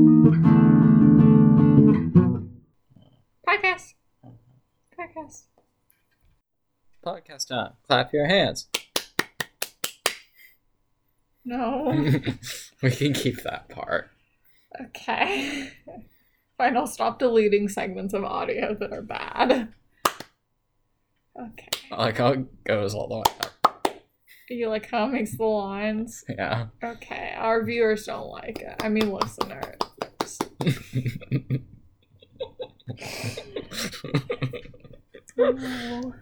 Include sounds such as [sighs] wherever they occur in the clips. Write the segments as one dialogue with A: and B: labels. A: Mm-hmm.
B: last time. Clap your hands. [laughs] [laughs]
A: No.
B: we can keep that part.
A: okay. Fine, I'll stop deleting segments of audio that are bad. Okay.
B: Like how it goes all the way up.
A: You like how it makes the lines?
B: Yeah. [laughs]
A: Okay. Our viewers don't like it. I mean, listeners. No.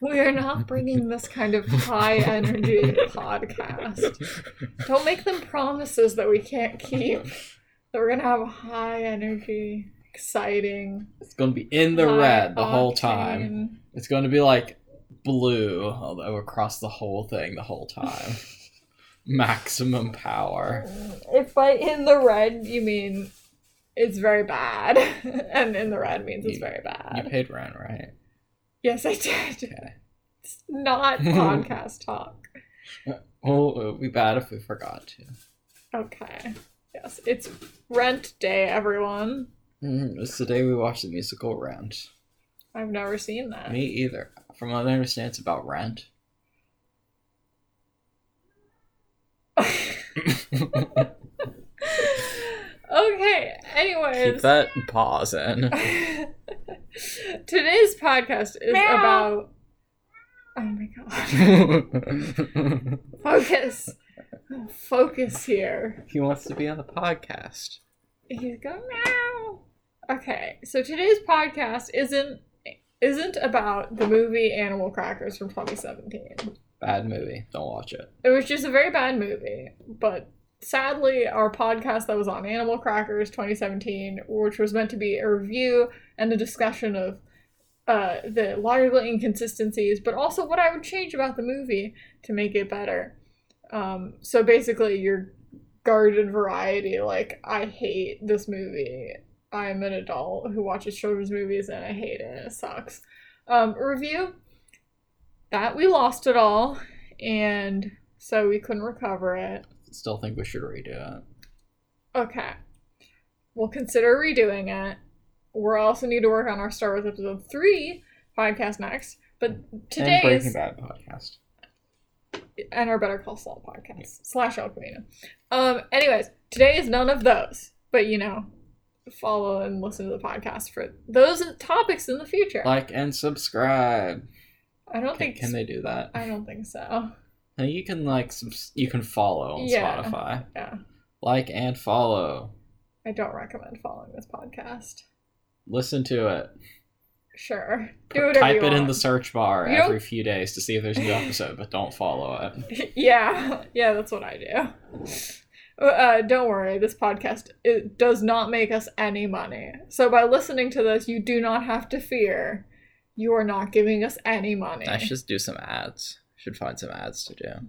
A: We are not bringing this kind of high energy podcast. Don't make them promises that we can't keep. That we're gonna have high energy, exciting.
B: it's gonna be in the
A: high
B: red the whole time.
A: octane.
B: It's gonna be like blue, although across the whole thing the whole time. Maximum power.
A: If by in the red you mean it's very bad, [laughs] and in the red means it's
B: You-
A: very
B: You
A: bad.
B: paid rent, right?
A: Yes, I did.
B: Okay.
A: It's
B: [laughs]
A: not podcast talk.
B: Well, it would be bad if we forgot to.
A: Okay. Yes, it's rent day, everyone.
B: Mm, it's the day we watched the musical Rent.
A: I've never seen that.
B: Me either. From what I understand, it's about rent.
A: [laughs]
B: [laughs]
A: okay, anyways.
B: Keep that pause in.
A: [laughs] Today's podcast is
C: Meow.
A: about. Oh my god. [laughs] Focus. Focus here.
B: he wants to be on the podcast.
A: He's going meow. Okay, so today's podcast isn't isn't about the movie Animal Crackers from 2017.
B: Bad movie. Don't watch it.
A: It was just a very bad movie, but sadly, our podcast that was on Animal Crackers 2017, which was meant to be a review and a discussion of uh, the logical inconsistencies, but also what I would change about the movie to make it better. Um, so basically, your garden variety, like, I hate this movie. I'm an adult who watches children's movies and I hate it. It sucks. Um, review that we lost it all and so we couldn't recover it.
B: Still think we should redo it.
A: Okay. We'll consider redoing it. We're also need to work on our Star Wars episode three podcast next. But
B: and
A: today's
B: Breaking
A: and,
B: Bad podcast.
A: our Better Call Saul podcast slash El Camino. Um. Anyways, today is none of those. But you know, follow and listen to the podcast for those topics in the future.
B: Like and subscribe.
A: I don't
B: Can,
A: think.
B: can they do that?
A: I don't think so.
B: Now you can like subs- you can follow on
A: Yeah.
B: Spotify.
A: Yeah.
B: Like and follow.
A: I don't recommend following this podcast.
B: Listen to it.
A: Sure.
B: P-
A: Do whatever
B: Type
A: you
B: it
A: want.
B: in the search bar
A: You don't-
B: every few days to see if there's a new episode, but don't follow it.
A: yeah, [laughs] yeah, that's what I do. Uh, don't worry, this podcast it does not make us any money. So by listening to this, you do not have to fear you are not giving us any money.
B: I should do some ads. Should find some ads to do.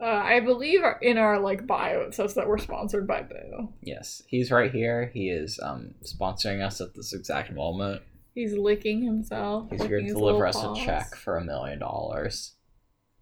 A: Uh, I believe our- in our like bio it says that we're sponsored by Boo.
B: Yes, he's right here. He is um, sponsoring us at this exact moment.
A: He's licking himself.
B: He's
A: licking
B: going to
A: his
B: deliver
A: little
B: us a
A: paws.
B: check for a million dollars.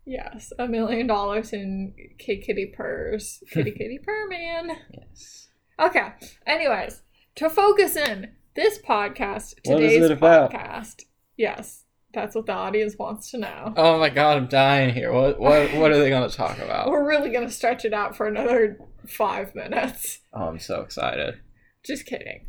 A: Yes, a million dollars in K Kitty purrs. Kitty [laughs] Kitty Purr Man.
B: Yes.
A: Okay. Anyways, to focus in this podcast, today's
B: What is it about?
A: podcast. Yes, that's what the audience wants to know.
B: Oh my god, I'm dying here. What what what are they going to
A: [laughs]
B: talk about?
A: We're really gonna stretch it out for another five minutes.
B: Oh, I'm so excited.
A: Just kidding.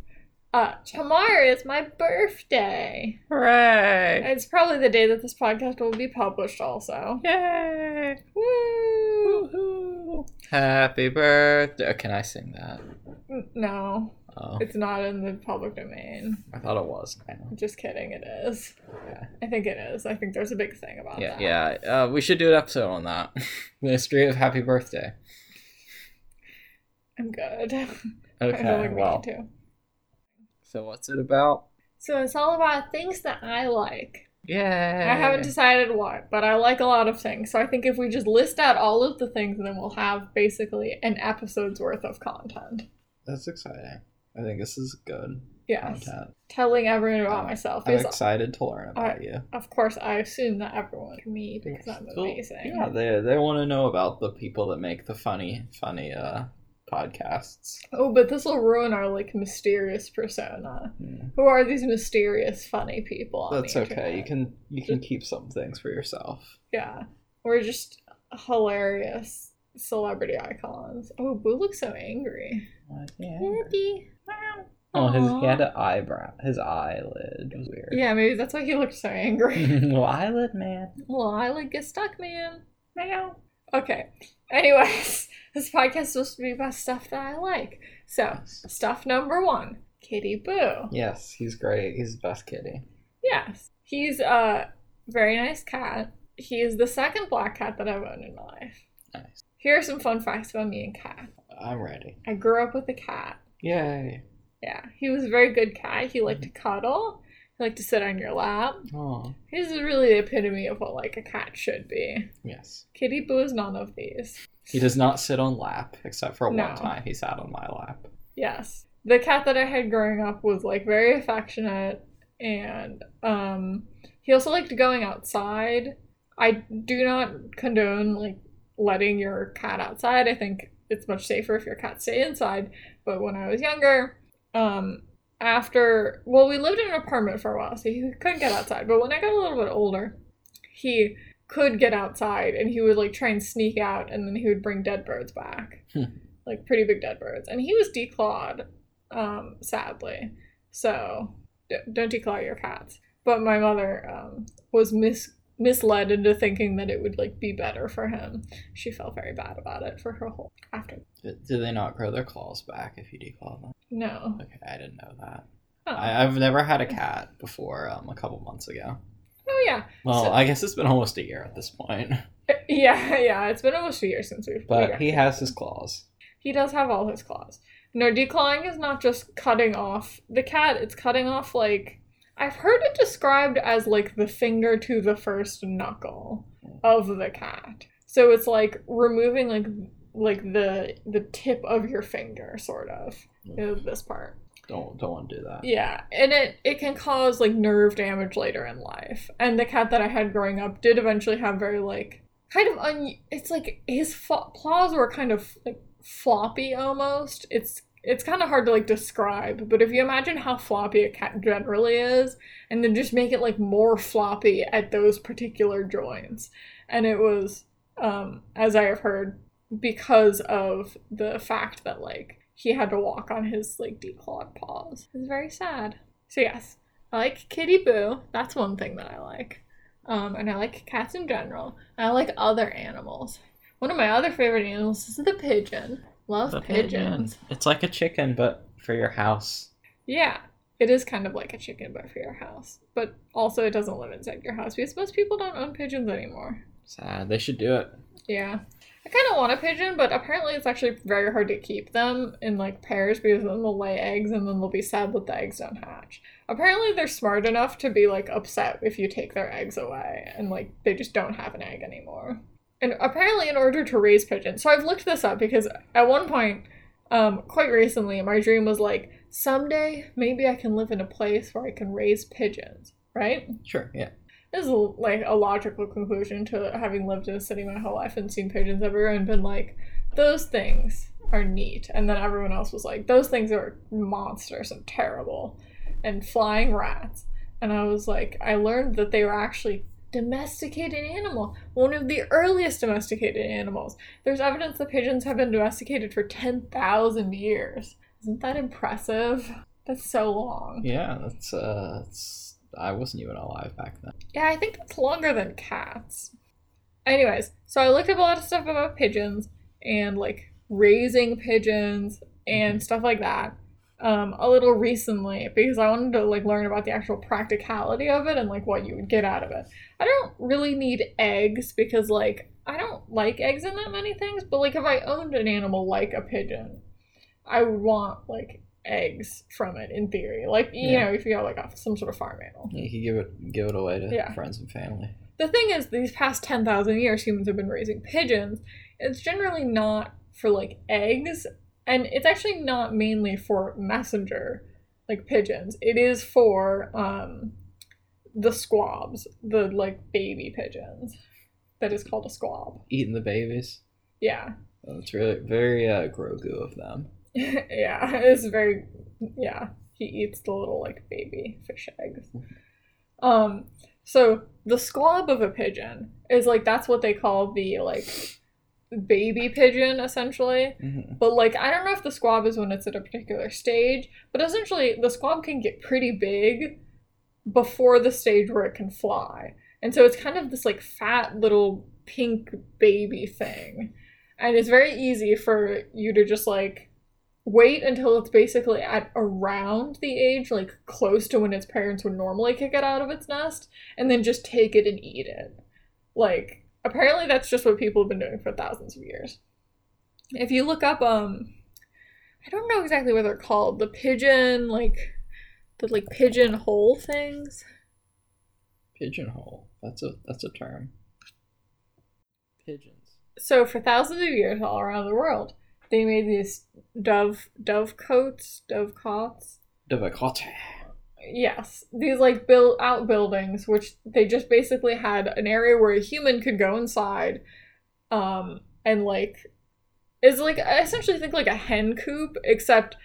A: Uh, tomorrow is my birthday.
B: Hooray!
A: It's probably the day that this podcast will be published. Also,
B: Yay!
A: Woo!
B: Happy birthday. Oh, Can I sing that?
A: N- no,
B: Oh,
A: it's not in the public domain.
B: I thought it was. I know.
A: Just kidding. It is.
B: Yeah.
A: I think it is. I think there's a big thing about
B: Yeah,
A: that.
B: yeah. Uh, we should do an episode on that. [laughs] the history of happy birthday.
A: I'm good. [laughs] I don't
B: Okay,
A: think
B: well.
A: we need to.
B: So what's it about?
A: So it's all about things that I like.
B: Yay!
A: I haven't decided what, but I like a lot of things. So I think if we just list out all of the things, then we'll have basically an episode's worth of content.
B: That's exciting. I think this is good
A: Yes.
B: content.
A: Telling everyone about
B: Um,
A: myself
B: I'm
A: is,
B: excited to learn about you.
A: of course, I assume that everyone can me because I'm
B: Cool.
A: amazing.
B: Yeah, they they want to know about the people that make the funny funny uh podcasts.
A: Oh, but this will ruin our like mysterious persona.
B: Hmm.
A: Who are these mysterious funny people? on the
B: That's okay. You
A: internet?
B: can you can keep some things for yourself.
A: Yeah, we're just hilarious celebrity icons. Oh, Boo looks so angry. Yippee.
B: Oh, his he
A: Aw.
B: had an eyebrow. His eyelid was weird.
A: Yeah, maybe that's why he looked so angry. [laughs]
B: [laughs] well, eyelid man.
A: well, I like get stuck, man. Meow. Okay. Anyways, [laughs] this podcast is supposed to be about stuff that I like. So, stuff number one, Kitty Boo.
B: Yes, he's great. He's the best kitty.
A: Yes. He's a very nice cat. He is the second black cat that I've owned in my life.
B: Nice.
A: Here are some fun facts about me and Cat.
B: I'm ready.
A: I grew up with a cat.
B: Yay.
A: Yeah. He was a very good cat. He liked to cuddle. He liked to sit on your lap.
B: Oh.
A: He's really the epitome of what like a cat should be.
B: Yes.
A: Kitty Boo is none of these.
B: He does not sit on lap, except for
A: No.
B: one time he sat on my lap.
A: Yes. The cat that I had growing up was like very affectionate and um he also liked going outside. I do not condone like letting your cat outside. I think it's much safer if your cat stay inside. But when I was younger, um after well we lived in an apartment for a while, so he couldn't get outside. But when I got a little bit older, he could get outside and he would like try and sneak out and then he would bring dead birds back.
B: Hmm.
A: like pretty big dead birds. And he was declawed, um, sadly. So d- don't declaw your cats. But my mother um, was mis- misled into thinking that it would like be better for him. She felt very bad about it for her whole after.
B: Do do they not grow their claws back if you declaw them?
A: No.
B: Okay, I didn't know that.
A: Oh,
B: I, I've never had a cat before. Um, a couple months ago.
A: oh yeah,
B: Well,
A: So-
B: I guess it's been almost a year at this point. [laughs]
A: yeah, [laughs] yeah. It's been almost a year since we've.
B: But
A: we-
B: he has his claws.
A: He does have all his claws. No, declawing is not just cutting off the cat, it's cutting off like I've heard it described as like the finger to the first knuckle of the cat. So it's like removing like like the the tip of your finger sort of. you know, this part.
B: Don't don't want to do that.
A: Yeah, and it it can cause like nerve damage later in life. And the cat that I had growing up did eventually have very like kind of un. It's like his fo- claws were kind of like floppy almost. It's it's kind of hard to like describe, but if you imagine how floppy a cat generally is, and then just make it like more floppy at those particular joints, and it was um as I have heard because of the fact that like he had to walk on his like declawed paws. It's very sad. So yes, I like Kitty Boo. That's one thing that I like. Um, and I like cats in general. I like other animals. One of my other favorite animals is the pigeon. Love pigeons.
B: It's like a chicken, but for your house.
A: Yeah, it is kind of like a chicken, but for your house. But also, it doesn't live inside your house because most people don't own pigeons anymore.
B: Sad. They should do it.
A: Yeah. I kind of want a pigeon, but apparently it's actually very hard to keep them in like pairs because then they'll lay eggs and then they'll be sad that the eggs don't hatch. Apparently they're smart enough to be like upset if you take their eggs away and like they just don't have an egg anymore. And apparently in order to raise pigeons. So I've looked this up because at one point um quite recently my dream was like someday maybe I can live in a place where I can raise pigeons, right?
B: Sure. Yeah.
A: This is like a logical conclusion to having lived in a city my whole life and seen pigeons everywhere and been like, those things are neat. And then everyone else was like, those things are monsters and terrible and flying rats. And I was like, I learned that they were actually domesticated animal, one of the earliest domesticated animals. There's evidence that pigeons have been domesticated for 10,000 years. Isn't that impressive? That's so long.
B: Yeah. That's uh. It's, I wasn't even alive back then.
A: Yeah, I think that's longer than cats. Anyways, so I looked up a lot of stuff about pigeons and like raising pigeons and stuff like that. Um, a little recently because I wanted to like learn about the actual practicality of it and like what you would get out of it. I don't really need eggs because like I don't like eggs in that many things, but like if I owned an animal like a pigeon, I would want like eggs from it in theory. Like you
B: Yeah.
A: know, if you got like a, some sort of farm animal.
B: You could give it give it away to
A: Yeah.
B: friends and family.
A: The thing is, these past 10,000 years, humans have been raising pigeons. It's generally not for like eggs, and it's actually not mainly for messenger like pigeons. It is for um, the squabs, the like baby pigeons. That is called a squab.
B: Eating the babies. Oh,
A: Yeah.
B: It's really very uh, Grogu of them.
A: [laughs] yeah. It's very yeah. He eats the little like baby fish eggs. Um so the squab of a pigeon is like that's what they call the like baby pigeon essentially.
B: Mhm.
A: But like I don't know if the squab is when it's at a particular stage, but essentially the squab can get pretty big before the stage where it can fly. And so it's kind of this like fat little pink baby thing. And it's very easy for you to just like wait until it's basically at around the age, like close to when its parents would normally kick it out of its nest, and then just take it and eat it. Like, apparently that's just what people have been doing for thousands of years. If you look up, um, I don't know exactly what they're called, the pigeon, like, the like pigeon hole things.
B: Pigeonhole. That's a that's a term. Pigeons.
A: so for thousands of years all around the world they made these dove dove coats dove cots
B: Devacote.
A: yes these like built out buildings which they just basically had an area where a human could go inside um and like is like i essentially think like a hen coop except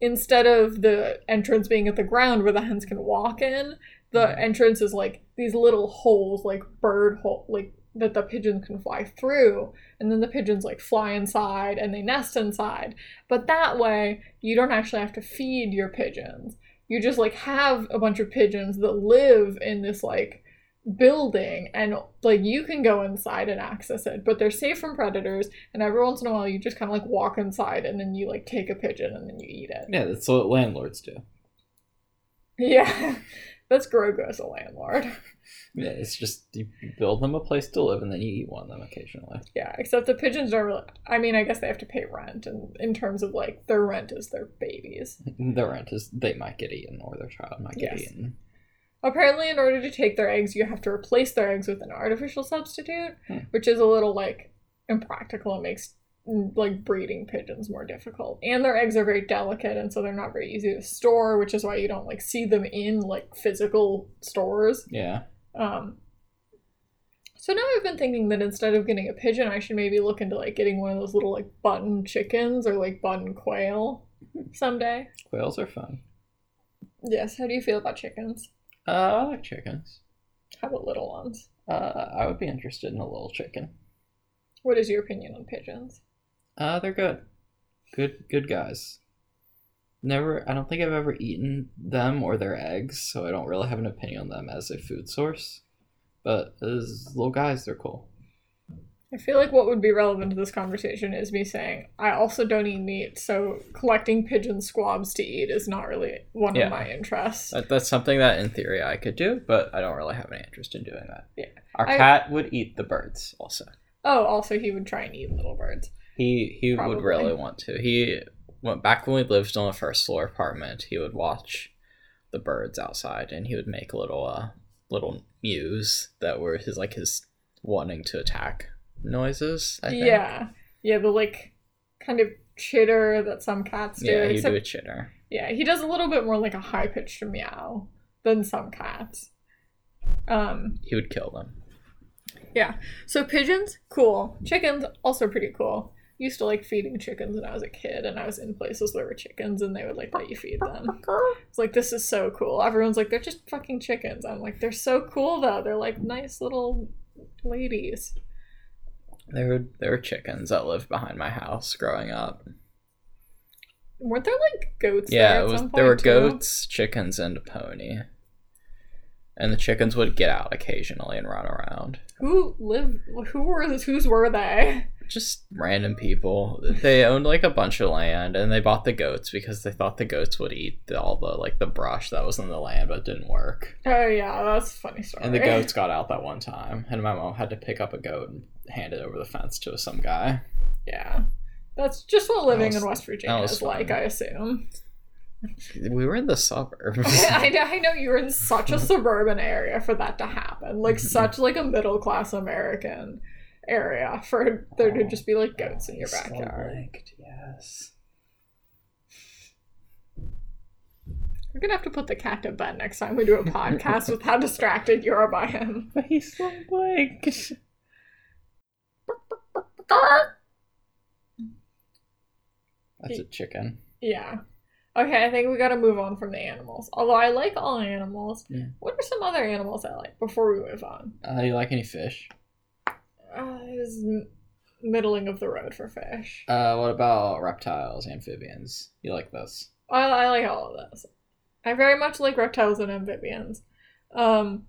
A: instead of the entrance being at the ground where the hens can walk in the entrance is like these little holes like bird hole like that the pigeons can fly through and then the pigeons like fly inside and they nest inside but that way you don't actually have to feed your pigeons you just like have a bunch of pigeons that live in this like building and like you can go inside and access it but they're safe from predators and every once in a while you just kind of like walk inside and then you like take a pigeon and then you eat it [laughs]
B: Yeah, that's what landlords do.
A: yeah that's grogu as a landlord [laughs]
B: Yeah, it's just you you build them a place to live and then you eat one of them occasionally. [laughs]
A: Yeah, except the pigeons don't really. I mean, I guess they have to pay rent, and in terms of like their rent is their babies.
B: Their rent is they might get eaten or their child might get
A: Yes.
B: eaten.
A: Apparently, in order to take their eggs, you have to replace their eggs with an artificial substitute,
B: Hmm.
A: which is a little like impractical and makes mm, like breeding pigeons more difficult. And their eggs are very delicate, and so they're not very easy to store, which is why you don't like see them in like physical stores.
B: Yeah.
A: Um, so now I've been thinking that instead of getting a pigeon, I should maybe look into like getting one of those little like button chickens or like button quail someday.
B: Quails are fun.
A: Yes. How do you feel about chickens?
B: Uh, I like chickens.
A: How about little ones?
B: Uh, I would be interested in a little chicken.
A: What is your opinion on pigeons?
B: Uh, they're good. Good good guys. Never I don't think I've ever eaten them or their eggs, so I don't really have an opinion on them as a food source. But as little guys, they're cool.
A: I feel like what would be relevant to this conversation is me saying I also don't eat meat, so collecting pigeon squabs to eat is not really one
B: Yeah.
A: of my interests.
B: That, that's something that in theory I could do, but I don't really have any interest in doing that.
A: Yeah.
B: Our
A: I-
B: cat would eat the birds also.
A: oh, also he would try and eat little birds.
B: He he
A: Probably.
B: would really want to. He went back when we lived on the first floor apartment. He would watch the birds outside, and he would make little uh little mews that were his like his wanting to attack noises. I think.
A: Yeah, yeah, the like kind of chitter that some cats do.
B: yeah. He'd
A: except
B: do a chitter.
A: Yeah, he does a little bit more like a high pitched meow than some cats. Um,
B: He would kill them.
A: so pigeons, cool. Chickens, also pretty cool. Used to like feeding chickens when I was a kid, and I was in places where there were chickens, and they would like let you feed them. It's like this is so cool. Everyone's like, they're just fucking chickens. I'm like, they're so cool though. They're like nice little ladies.
B: There were there were chickens that lived behind my house growing up.
A: Weren't there like goats?
B: yeah,
A: there, at
B: it was.
A: some
B: There were
A: point, too?
B: goats, chickens, and a pony. And the chickens would get out occasionally and run around.
A: Who live? Who were? Whose were they?
B: just random people. They owned like a bunch of land and they bought the goats because they thought the goats would eat the, all the like the brush that was in the land but it didn't work.
A: Oh yeah, that's a funny story.
B: And the goats got out that one time and my mom had to pick up a goat and hand it over the fence to some guy.
A: [laughs] Yeah. That's just what living
B: was-
A: in West Virginia
B: was
A: is like,
B: fun.
A: I assume.
B: We were in the suburbs. [laughs]
A: I, know, I know you were in such
B: Mm-hmm.
A: a suburban area for that to happen. Like such like a middle class American area for there to just be like [laughs] goats in your
B: So
A: backyard.
B: linked, yes.
A: We're gonna have to put the cat to bed next time we do a
B: [laughs]
A: podcast with how distracted you are by him.
B: [laughs] But he's so blank. That's a chicken.
A: Yeah. Okay, I think we gotta move on from the animals. Although I like all animals.
B: Yeah.
A: What are some other animals I like before we move on?
B: Uh, you like any fish?
A: Uh, it was m- middling of the road for fish.
B: Uh, what about reptiles, amphibians? You like those?
A: I, I like all of those. I very much like reptiles and amphibians. Um,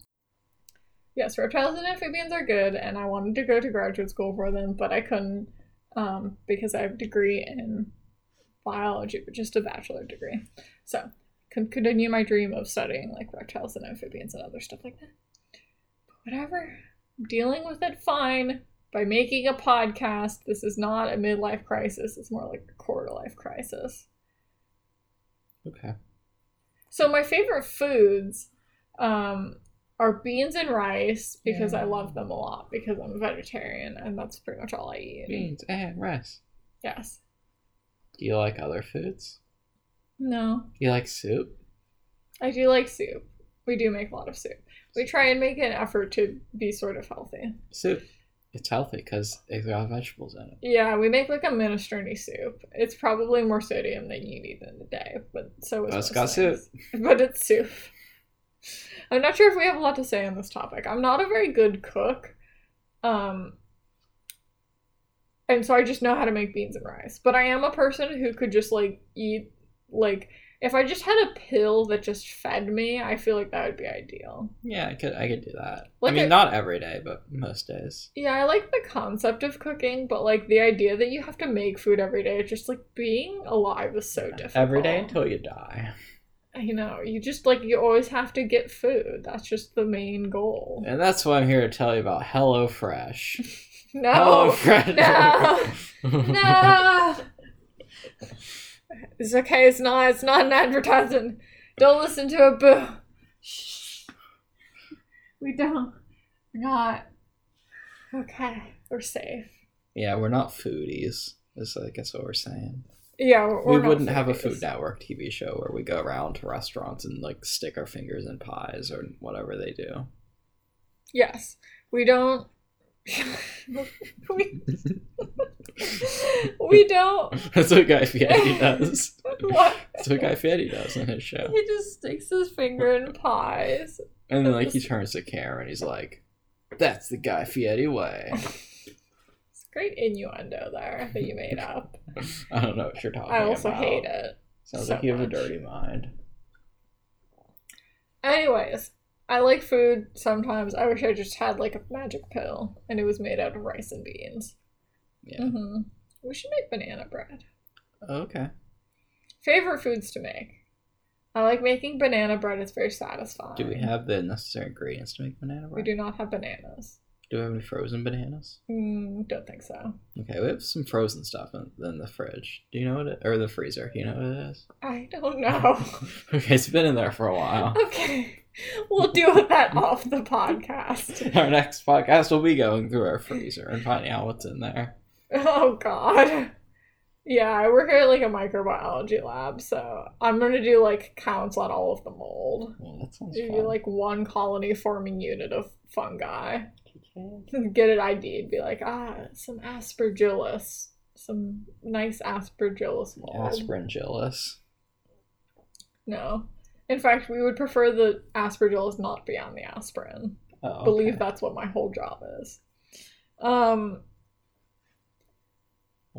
A: yes, reptiles and amphibians are good, and I wanted to go to graduate school for them, but I couldn't um, because I have a degree in biology, but just a bachelor degree. So, can continue my dream of studying like reptiles and amphibians and other stuff like that. But whatever, I'm dealing with it fine by making a podcast. This is not a midlife crisis; it's more like a quarter life crisis.
B: Okay.
A: So my favorite foods um, are beans and rice because I love them a lot because I'm a vegetarian and that's pretty much all I eat.
B: Beans and rice.
A: Yes.
B: Do you like other foods?
A: No.
B: You like soup?
A: I do like soup. We do make a lot of soup. We try and make an effort to be sort of healthy.
B: Soup. It's healthy because it's got vegetables in it.
A: Yeah, we make like a minestrone soup. It's probably more sodium than you need in a day, but so is
B: Well, it's
A: most
B: got
A: things. But it's soup. I'm not sure if we have a lot to say on this topic. I'm not a very good cook. Um and so I just know how to make beans and rice. But I am a person who could just like eat like if I just had a pill that just fed me, I feel like that would be ideal.
B: Yeah, I could I could do that.
A: Look
B: I mean,
A: at-
B: not every day, but most days.
A: Yeah, I like the concept of cooking, but like the idea that you have to make food every day, just like being alive is so difficult.
B: Every day until you die.
A: you know, you just like you always have to get food. That's just the main goal.
B: And that's what I'm here to tell you about HelloFresh.
A: [laughs] No,
B: HelloFresh.
A: [laughs]
B: [laughs]
A: no, Oh, no. It's okay. It's not. It's not an advertisement. Don't listen to it. Boo. Shh. We don't. We're not. Okay. We're safe.
B: yeah, we're not foodies. Is I guess what we're saying.
A: Yeah, we're, we're
B: we
A: not
B: wouldn't have a Food
A: foodies.
B: Network TV show where we go around to restaurants and like stick our fingers in pies or whatever they do. [laughs]
A: Yes. We don't [laughs] we, [laughs] we don't
B: That's what Guy Fieri does.
A: what
B: That's what Guy Fieri does in his show.
A: he just sticks his finger in pies. [laughs]
B: And then like he turns to Karen and he's like, "That's the Guy Fieri way." [laughs]
A: It's great innuendo there that you made up.
B: I don't know what you're talking
A: I
B: about.
A: also hate it.
B: Sounds
A: so
B: like you have
A: much.
B: a dirty mind.
A: Anyways, I like food sometimes. I wish I just had like a magic pill and it was made out of rice and beans.
B: Yeah.
A: hmm We should make banana bread.
B: Okay.
A: Favorite foods to make. I like making banana bread. It's very satisfying.
B: Do we have the necessary ingredients to make banana bread?
A: We do not have bananas.
B: Do we have any frozen bananas?
A: Mm, don't think so.
B: Okay, we have some frozen stuff in, in the fridge. Do you know what it or the freezer? Do you know what it is?
A: I [laughs] don't know.
B: okay, it's been in there for a while.
A: [laughs] okay. We'll deal with that off the podcast.
B: Our next podcast will be going through our freezer and finding out what's in there.
A: Oh, God. Yeah, I work at like a microbiology lab, so I'm going to do like counts on all of the mold.
B: Well, that sounds
A: It'd be
B: fun.
A: like one colony forming unit of fungi. [laughs] Get it ID'd, be like, ah, some aspergillus. Some nice aspergillus mold.
B: Aspergillus.
A: No. In fact, we would prefer the aspergillus not be on the aspirin.
B: Oh, okay.
A: Believe that's what my whole job is. Um,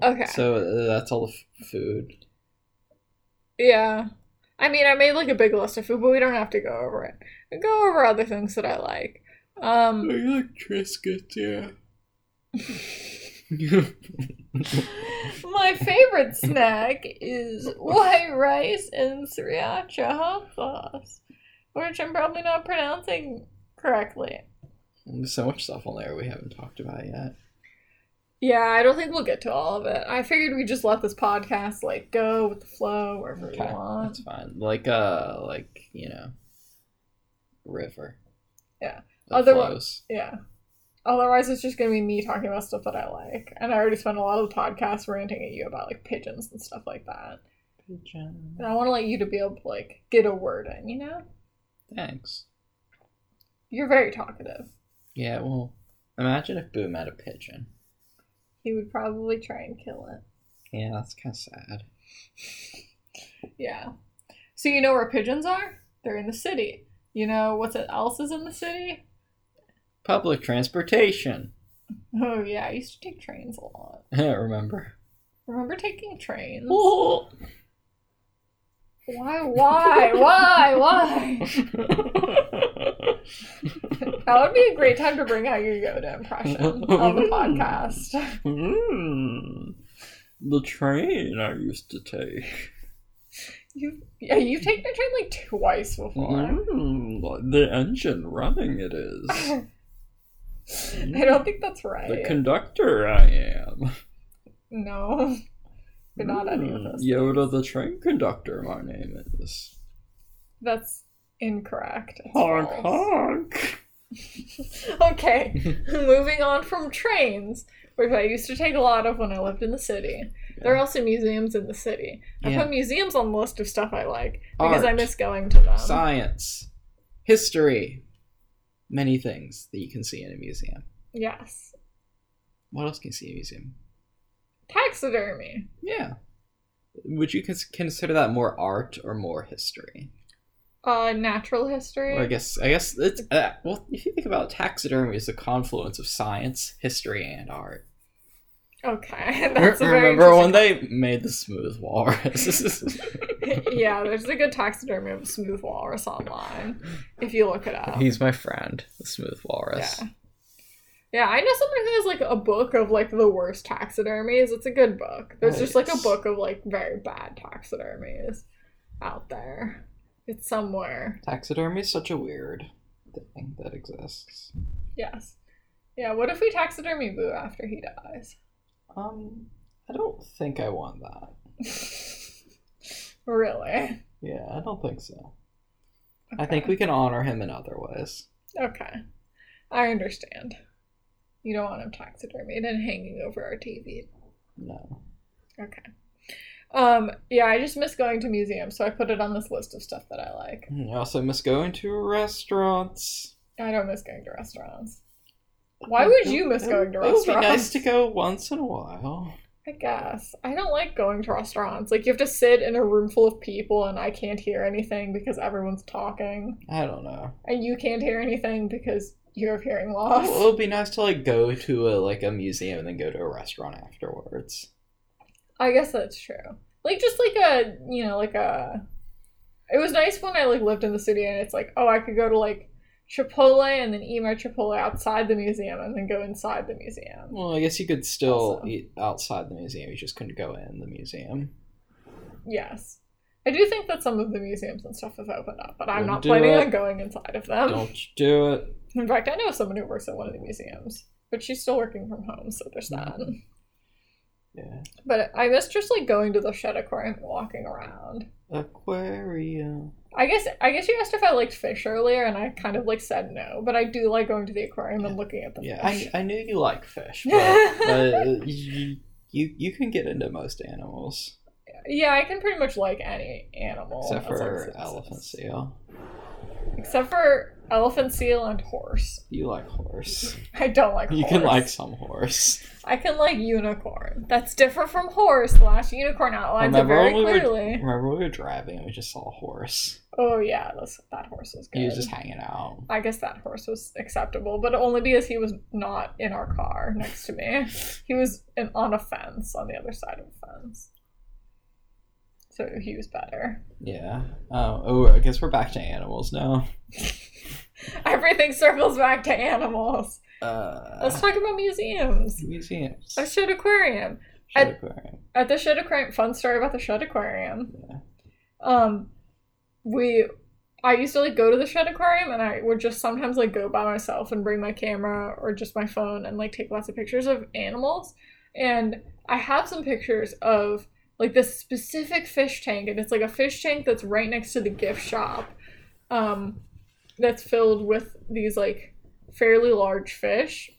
A: okay.
B: So uh, that's all the f- food.
A: yeah. I mean, I made like a big list of food, but we don't have to go over it. We go over other things that I like. Um, [laughs]
B: you like Triscuits, yeah.
A: my favorite snack is white rice and sriracha hot sauce, which I'm probably not pronouncing correctly.
B: [laughs] There's so much stuff on there we haven't talked about yet.
A: Yeah, I don't think we'll get to all of it. I figured we just let this podcast like go with the flow wherever we
B: Okay,
A: want.
B: That's fine. Like uh like, you know river.
A: Yeah.
B: That
A: Otherwise-
B: flows.
A: Yeah. Otherwise, it's just gonna be me talking about stuff that I like, and I already spent a lot of the podcast ranting at you about like pigeons and stuff like that. And I want to let you to be able to like get a word in. You know,
B: Thanks.
A: you're very talkative.
B: Yeah, well imagine if Boom had a pigeon.
A: He would probably try and kill it.
B: Yeah, that's kinda sad.
A: Yeah. So you know where pigeons are? They're in the city. You know what else is in the city?
B: Public transportation. [laughs]
A: Oh yeah, I used to take trains a lot.
B: I don't remember.
A: [laughs] Remember taking trains?
B: Oh.
A: Why? Why? Why? Why? That would be a great time to bring out your Yoda impression on the podcast.
B: Mm, the train I used to take.
A: You yeah, you've taken a train like twice before.
B: Mm, the engine running it is.
A: [laughs]
B: Hmm.
A: I don't think that's
B: The
A: right.
B: conductor I am.
A: no, [laughs] You're not any of
B: Mm,
A: those
B: Yoda the train conductor, my name is.
A: that's incorrect. It's
B: Honk
A: false.
B: honk.
A: [laughs] Okay, moving on from trains, which I used to take a lot of when I lived in the city. There are also museums in the city. I
B: Yeah.
A: put museums on the list of stuff I like because I
B: Art.
A: miss going to them.
B: Science. History. Many things that you can see in a museum.
A: Yes.
B: What else can you see in a museum?
A: Taxidermy.
B: Yeah. Would you cons- consider that more art or more history?
A: Uh, natural history.
B: Or I guess I guess it's uh, well. If you think about it, taxidermy, is a confluence of science, history, and art.
A: Okay, [laughs] that's a very
B: Remember when they made the smooth walrus? [laughs]
A: interesting- [laughs] yeah, there's a good taxidermy of a smooth walrus online if you look it up.
B: He's my friend, the smooth walrus.
A: Yeah. Yeah, I know someone who has like a book of like the worst taxidermies. It's a good book. There's just like a
B: Nice.
A: book of like very bad taxidermies out there. It's somewhere.
B: Taxidermy is such a weird thing that exists.
A: Yes. Yeah, what if we taxidermy Boo after he dies? [laughs]
B: Um, I don't think I want that.
A: really?
B: Yeah, I don't think so. I think we can honor him in other ways.
A: Okay. I understand. You don't want him taxidermied and hanging over our TV.
B: No.
A: Okay. Um, yeah, I just miss going to museums, so I put it on this list of stuff that I like.
B: I also miss going to restaurants.
A: I don't miss going to restaurants. Why would you miss going to
B: It would be
A: restaurants?
B: nice to go once in a while.
A: I guess. I don't like going to restaurants. Like, you have to sit in a room full of people and I can't hear anything because everyone's talking.
B: I
A: [laughs]
B: don't know.
A: And you can't hear anything because you have hearing
B: Well,
A: loss.
B: it would be nice to like go to a like a museum and then go to a restaurant afterwards.
A: I guess that's true. Like just like a you know like a. It was nice when I like lived in the city and it's like oh I could go to like Chipotle and then eat my Chipotle outside the museum and then go inside the museum.
B: Well, I guess you could still
A: Also.
B: eat outside the museum. You just couldn't go in
A: [laughs]
B: the museum.
A: Yes, I do think that some of the museums and stuff have opened up, but I'm
B: Wouldn't
A: not
B: do
A: planning
B: it.
A: on going inside of them.
B: Don't you do it.
A: In fact, I know someone who works at one of the museums, but she's still working from home, so there's
B: Mm.
A: that.
B: Yeah.
A: But I miss just like going to the Shed Aquarium and walking around.
B: Aquarium.
A: I guess I guess you asked if I liked fish earlier, and I kind of like said no, but I do like going to the aquarium and looking at the
B: Yeah,
A: fish.
B: I, I knew you
A: [laughs]
B: like fish, but, but you, you you can get into most animals
A: yeah, I can pretty much like any animal
B: except
A: as long as
B: for
A: it's-
B: elephant seal.
A: Except for elephant, seal, and horse.
B: You like horse.
A: I don't like.
B: You can
A: horse.
B: like some horse.
A: I can like unicorn. That's different from horse. The last unicorn outlines it
B: Remember
A: very
B: when we were-
A: clearly.
B: Remember we were driving and we just saw a horse.
A: Oh yeah, this, that horse was good.
B: He was just hanging out.
A: I guess that horse was acceptable, but only because he was not in our car next to me. He was in, on a fence on the other side of the fence. So he was better.
B: Yeah. Um, oh, I guess we're back to animals now.
A: Everything circles back to animals. Let's
B: Uh,
A: talk about museums.
B: museums.
A: A Shed Aquarium.
B: Shed
A: I-
B: aquarium.
A: At the Shed Aquarium, fun story about the Shed Aquarium. Um, we, I used to like go to the Shed Aquarium, and I would just sometimes like go by myself and bring my camera or just my phone and like take lots of pictures of animals. And I have some pictures of like this specific fish tank, and it's like a fish tank that's right next to the gift shop, um, that's filled with these like fairly large fish.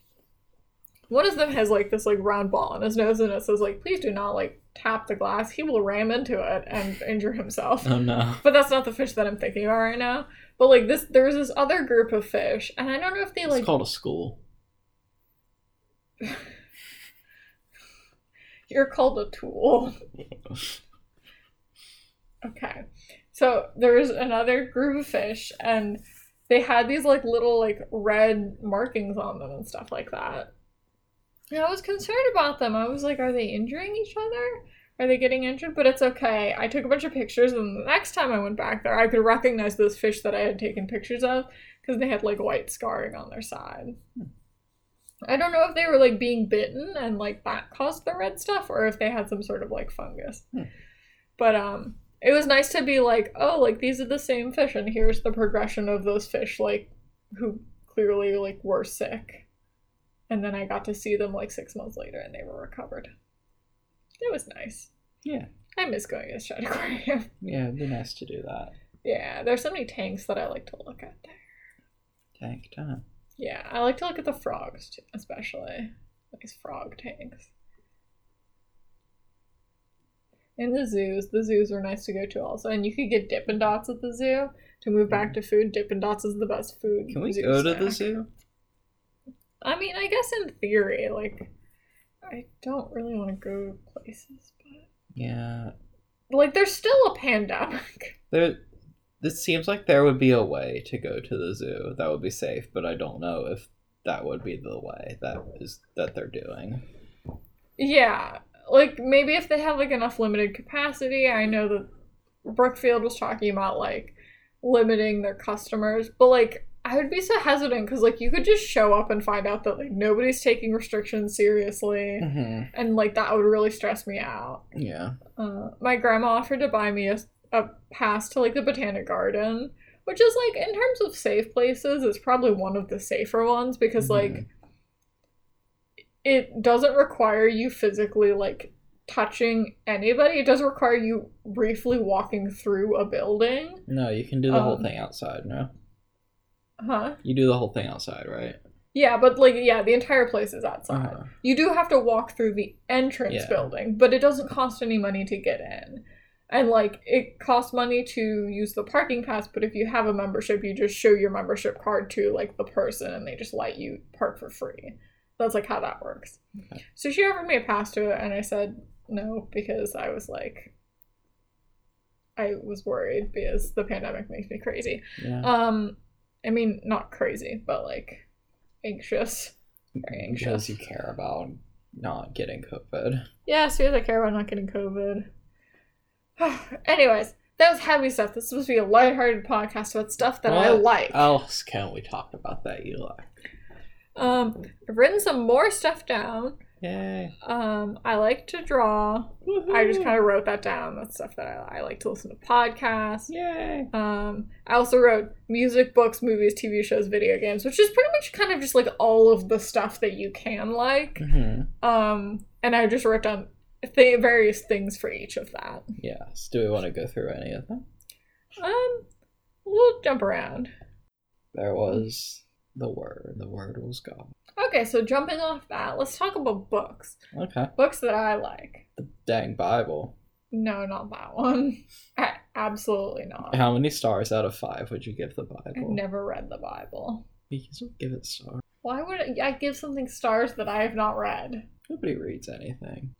A: One of them has like this like round ball in his nose, and it says like, "Please do not like tap the glass. He will ram into it and injure himself."
B: Oh no.
A: [laughs] But that's not the fish that I'm thinking about right now. But like this, there was this other group of fish, and I don't know if they like.
B: It's called a school.
A: You're called a tool. Okay. So there was another group of fish, and they had these like little like red markings on them and stuff like that. And I was concerned about them. I was like, are they injuring each other? Are they getting injured? But it's okay. I took a bunch of pictures, and the next time I went back there, I could recognize those fish that I had taken pictures of because they had like white scarring on their side. I don't know if they were like being bitten and like that caused the red stuff or if they had some sort of like fungus.
B: Hmm.
A: But um it was nice to be like, oh, like these are the same fish and here's the progression of those fish like who clearly like were sick. And then I got to see them like 6 months later and they were recovered. It was nice.
B: Yeah.
A: I miss going to the Shad Aquarium. [laughs]
B: Yeah, it'd be nice to do that.
A: yeah, there's so many tanks that I like to look at there.
B: Tank time.
A: Yeah, I like to look at the frogs too, especially these frog tanks. And the zoos, the zoos are nice to go to also, and you could get Dippin' Dots at the zoo. To move back to food, Dippin' Dots is the best food.
B: Mm. Can we
A: zoo
B: go to the
A: snack.
B: zoo?
A: I mean, I guess in theory, like, I don't really want to go places, but
B: Yeah.
A: like, there's still a pandemic.
B: There this seems like there would be a way to go to the zoo that would be safe, but I don't know if that would be the way that is that they're doing.
A: Yeah, like maybe if they have like enough limited capacity. I know that Brookfield was talking about like limiting their customers, but like I would be so hesitant because like you could just show up and find out that like nobody's taking restrictions seriously,
B: Mm-hmm.
A: and like that would really stress me out.
B: Yeah.
A: Uh, my grandma offered to buy me a, a pass to like the Botanic Garden, which is like in terms of safe places, it's probably one of the safer ones because like
B: Mhm.
A: it doesn't require you physically like touching anybody. It does require you briefly walking through a building.
B: No, you can do the whole
A: Um,
B: thing outside, no?
A: Huh?
B: You do the whole thing outside, right?
A: Yeah, but like yeah, the entire place is outside.
B: Uh-huh.
A: You do have to walk through the entrance
B: Yeah.
A: building, but it doesn't cost any money to get in. And like it costs money to use the parking pass, but if you have a membership, you just show your membership card to like the person and they just let you park for free. That's like how that works.
B: Okay.
A: So she offered me a pass to it and I said no because I was like I was worried because the pandemic makes me crazy.
B: Yeah.
A: Um I mean not crazy, but like anxious. very
B: because you care about not getting COVID.
A: Yeah, as soon as I care about not getting COVID. [sighs] Anyways, that was heavy stuff. This is supposed to be a lighthearted podcast about stuff that I
B: What Uh,
A: like.
B: else can we talk about that you like?
A: Um, I've written some more stuff down.
B: Yay.
A: Um, I like to draw. I
B: Mm.
A: just kind of wrote that down. That's stuff that I, I like to listen to podcasts.
B: Yay.
A: Um, I also wrote music, books, movies, TV shows, video games, which is pretty much kind of just like all of the stuff that you can like.
B: Mm-hmm.
A: Um, and I just wrote down th- various things for each of that.
B: Yes. Do we want to go through any of them?
A: Um, we'll jump around.
B: There was the word. The word was God.
A: Okay, so jumping off that, let's talk about books.
B: Okay.
A: Books that I like.
B: The dang Bible.
A: No, not that one. [laughs] A- absolutely not.
B: How many stars out of five would you give the
A: I've
B: Bible?
A: never read the Bible.
B: You can still give it stars.
A: Why would I give something stars that I have not read?
B: Nobody reads anything.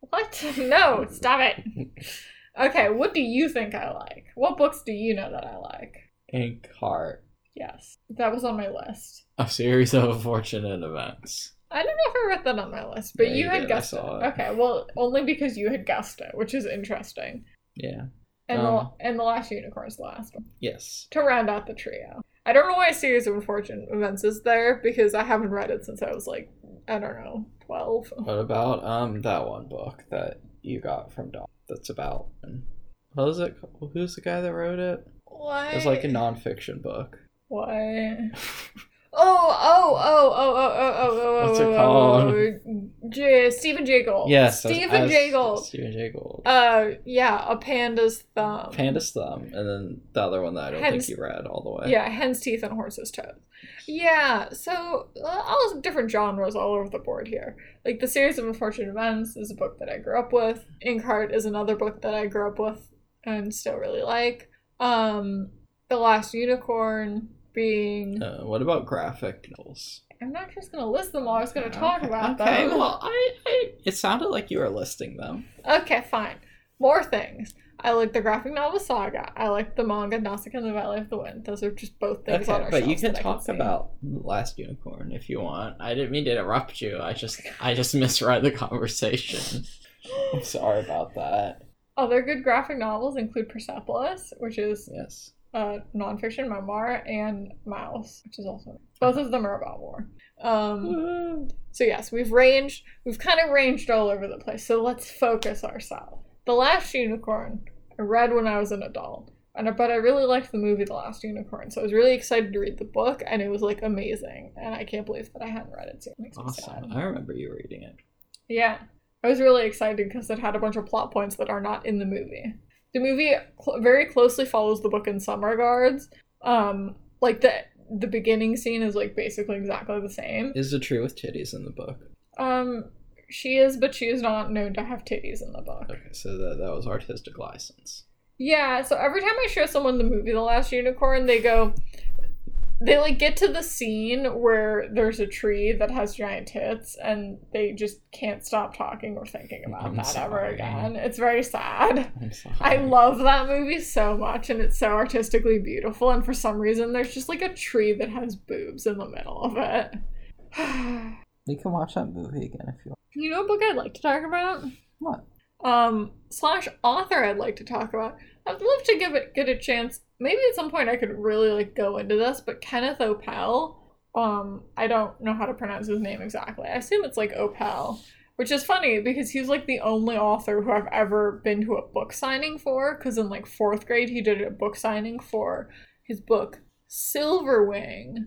A: What? [laughs] No, stop
B: [laughs]
A: it. Okay, what do you think I like? What books do you know that I like?
B: Inkheart.
A: Yes, that was on my list.
B: A series of [laughs] fortunate events.
A: I don't know if I wrote that on my list, but
B: Yeah,
A: you
B: you
A: had
B: did. I
A: guessed
B: saw
A: it.
B: it.
A: Okay, well, only because you had guessed it, which is interesting.
B: Yeah.
A: And
B: Um,
A: the and the last unicorn's the last one
B: Yes.
A: to round out the trio. I don't know why series of unfortunate events is there because I haven't read it since I was like I don't know twelve.
B: What about um that one book that you got from Doc? That's about what was it? ca- Who's the guy that wrote it?
A: Why?
B: It's like a nonfiction book. [laughs]
A: Why? Oh oh oh oh oh oh oh oh.
B: What's it
A: oh,
B: called?
A: Oh, J- Stephen Jay Gould.
B: Yes, that's-
A: Stephen Jay
B: as-
A: Gould.
B: Stephen J. Gold.
A: Uh, yeah, a panda's thumb.
B: Panda's Thumb, and then the other one that I don't
A: Hence-
B: think you read all the way.
A: Yeah, hen's teeth and horse's toes. Yeah, so uh, all different genres all over the board here. Like The Series of Unfortunate Events is a book that I grew up with. Inkheart is another book that I grew up with and still really like. Um, The Last Unicorn being.
B: Uh, what about graphic novels?
A: I'm not just gonna list them all. I was gonna talk
B: Okay,
A: about
B: okay,
A: them.
B: well, I, I, it sounded like you were listing them.
A: Okay, fine. More things. I like the graphic novel Saga. I like the manga Nausicaa and the Valley of the Wind. Those are just both things on
B: Okay,
A: our
B: but you
A: shelves
B: can
A: that I
B: talk
A: see.
B: about The Last Unicorn if you want. I didn't mean to interrupt you. I just I just misread
A: [laughs]
B: the conversation. I'm sorry about that.
A: Other good graphic novels include Persepolis, which is
B: Yes.
A: a nonfiction memoir, and Mouse, which is also both of them are about war.
B: Hmm.
A: Um, so yes, we've ranged, we've kind of ranged all over the place. So let's focus ourselves. The Last Unicorn, I read when I was an adult, and I, but I really liked the movie The Last Unicorn, so I was really excited to read the book, and it was like amazing, and I can't believe that I hadn't read it. So it makes me sad.
B: Awesome. I remember you reading it.
A: Yeah. I was really excited because it had a bunch of plot points that are not in the movie. The movie cl- very closely follows the book in some regards. Um, like the the beginning scene is like basically exactly the same.
B: Is it true with titties in the book?
A: Um, she is, but she is not known to have titties in the book.
B: Okay, so that that was artistic license.
A: Yeah, so every time I show someone the movie The Last Unicorn, they go they like get to the scene where there's a tree that has giant tits and they just can't stop talking or thinking about
B: I'm
A: that ever
B: sorry.
A: again. It's very sad.
B: I'm sorry.
A: I love that movie so much and it's so artistically beautiful and for some reason there's just like a tree that has boobs in the middle of [sighs] it.
B: We can watch that movie again if you
A: you know a book I'd like to talk about?
B: want.
A: um slash author I'd like to talk about. I'd love to give it get a chance. Maybe at some point I could really like go into this, but Kenneth Opel, um, I don't know how to pronounce his name exactly. I assume it's like Opel, which is funny because he's like the only author who I've ever been to a book signing for. Because in like fourth grade he did a book signing for his book Silverwing,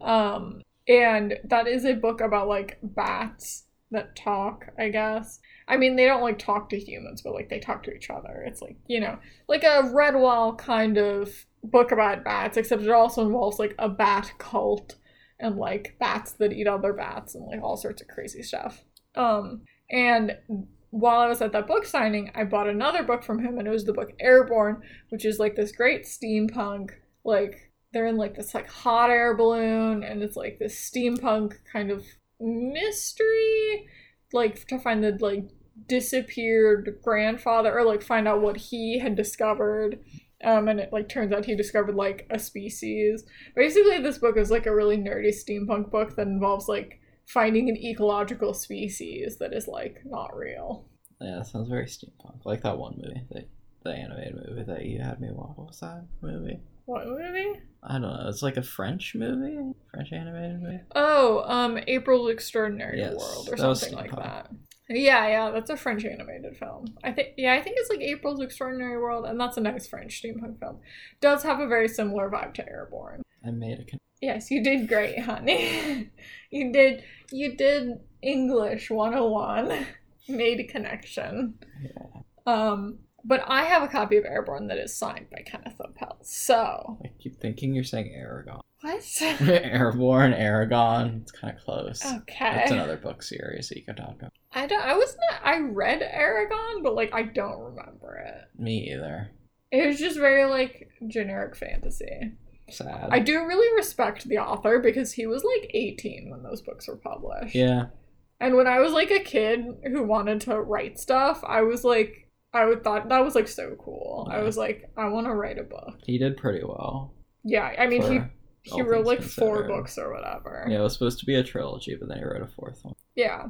A: um, and that is a book about like bats that talk, I guess. I mean, they don't like talk to humans, but like they talk to each other. It's like, you know, like a Redwall kind of book about bats, except it also involves like a bat cult and like bats that eat other bats and like all sorts of crazy stuff. Um, and while I was at that book signing, I bought another book from him, and it was the book Airborne, which is like this great steampunk, like they're in like this like hot air balloon, and it's like this steampunk kind of mystery, like to find the like disappeared grandfather or like find out what he had discovered. Um, and it like turns out he discovered like a species. Basically, this book is like a really nerdy steampunk book that involves like finding an ecological species that is like not real.
B: Yeah, that sounds very steampunk. Like that one movie, that the animated movie that you had me watch. What was that movie?
A: What movie?
B: I don't know. It's like a French movie, French animated movie.
A: Oh, um, April's Extraordinary
B: Yes,
A: World or
B: that was
A: something like
B: steampunk.
A: that. Yeah, yeah, that's a French animated film. I think yeah, I think it's like April's Extraordinary World, and that's a nice French steampunk film. Does have a very similar vibe to Airborne.
B: I made a. Con-
A: Yes, you did great, honey. [laughs] you did you did English 101. [laughs] Made a connection. Um but I have a copy of Airborne that is signed by Kenneth Opel. So
B: I keep thinking you're saying Aragon. [laughs]
A: what?
B: Airborne, Aragon. It's kind of close. That's
A: Okay.
B: another book series that you can talk about.
A: I don't I was not I read Aragon, but like I don't remember it.
B: Me either.
A: It was just very like generic fantasy.
B: Sad.
A: I do really respect the author because he was like 18 when those books were published.
B: yeah.
A: And when I was like a kid who wanted to write stuff, I was like, I would thought that was like so cool. I
B: Yeah.
A: was like, I want to write a book.
B: He did pretty well.
A: Yeah, I mean,
B: for-
A: he he
B: all
A: wrote
B: things
A: like four
B: considered.
A: books or whatever.
B: Yeah, it was supposed to be a trilogy, but then he wrote a fourth one.
A: Yeah.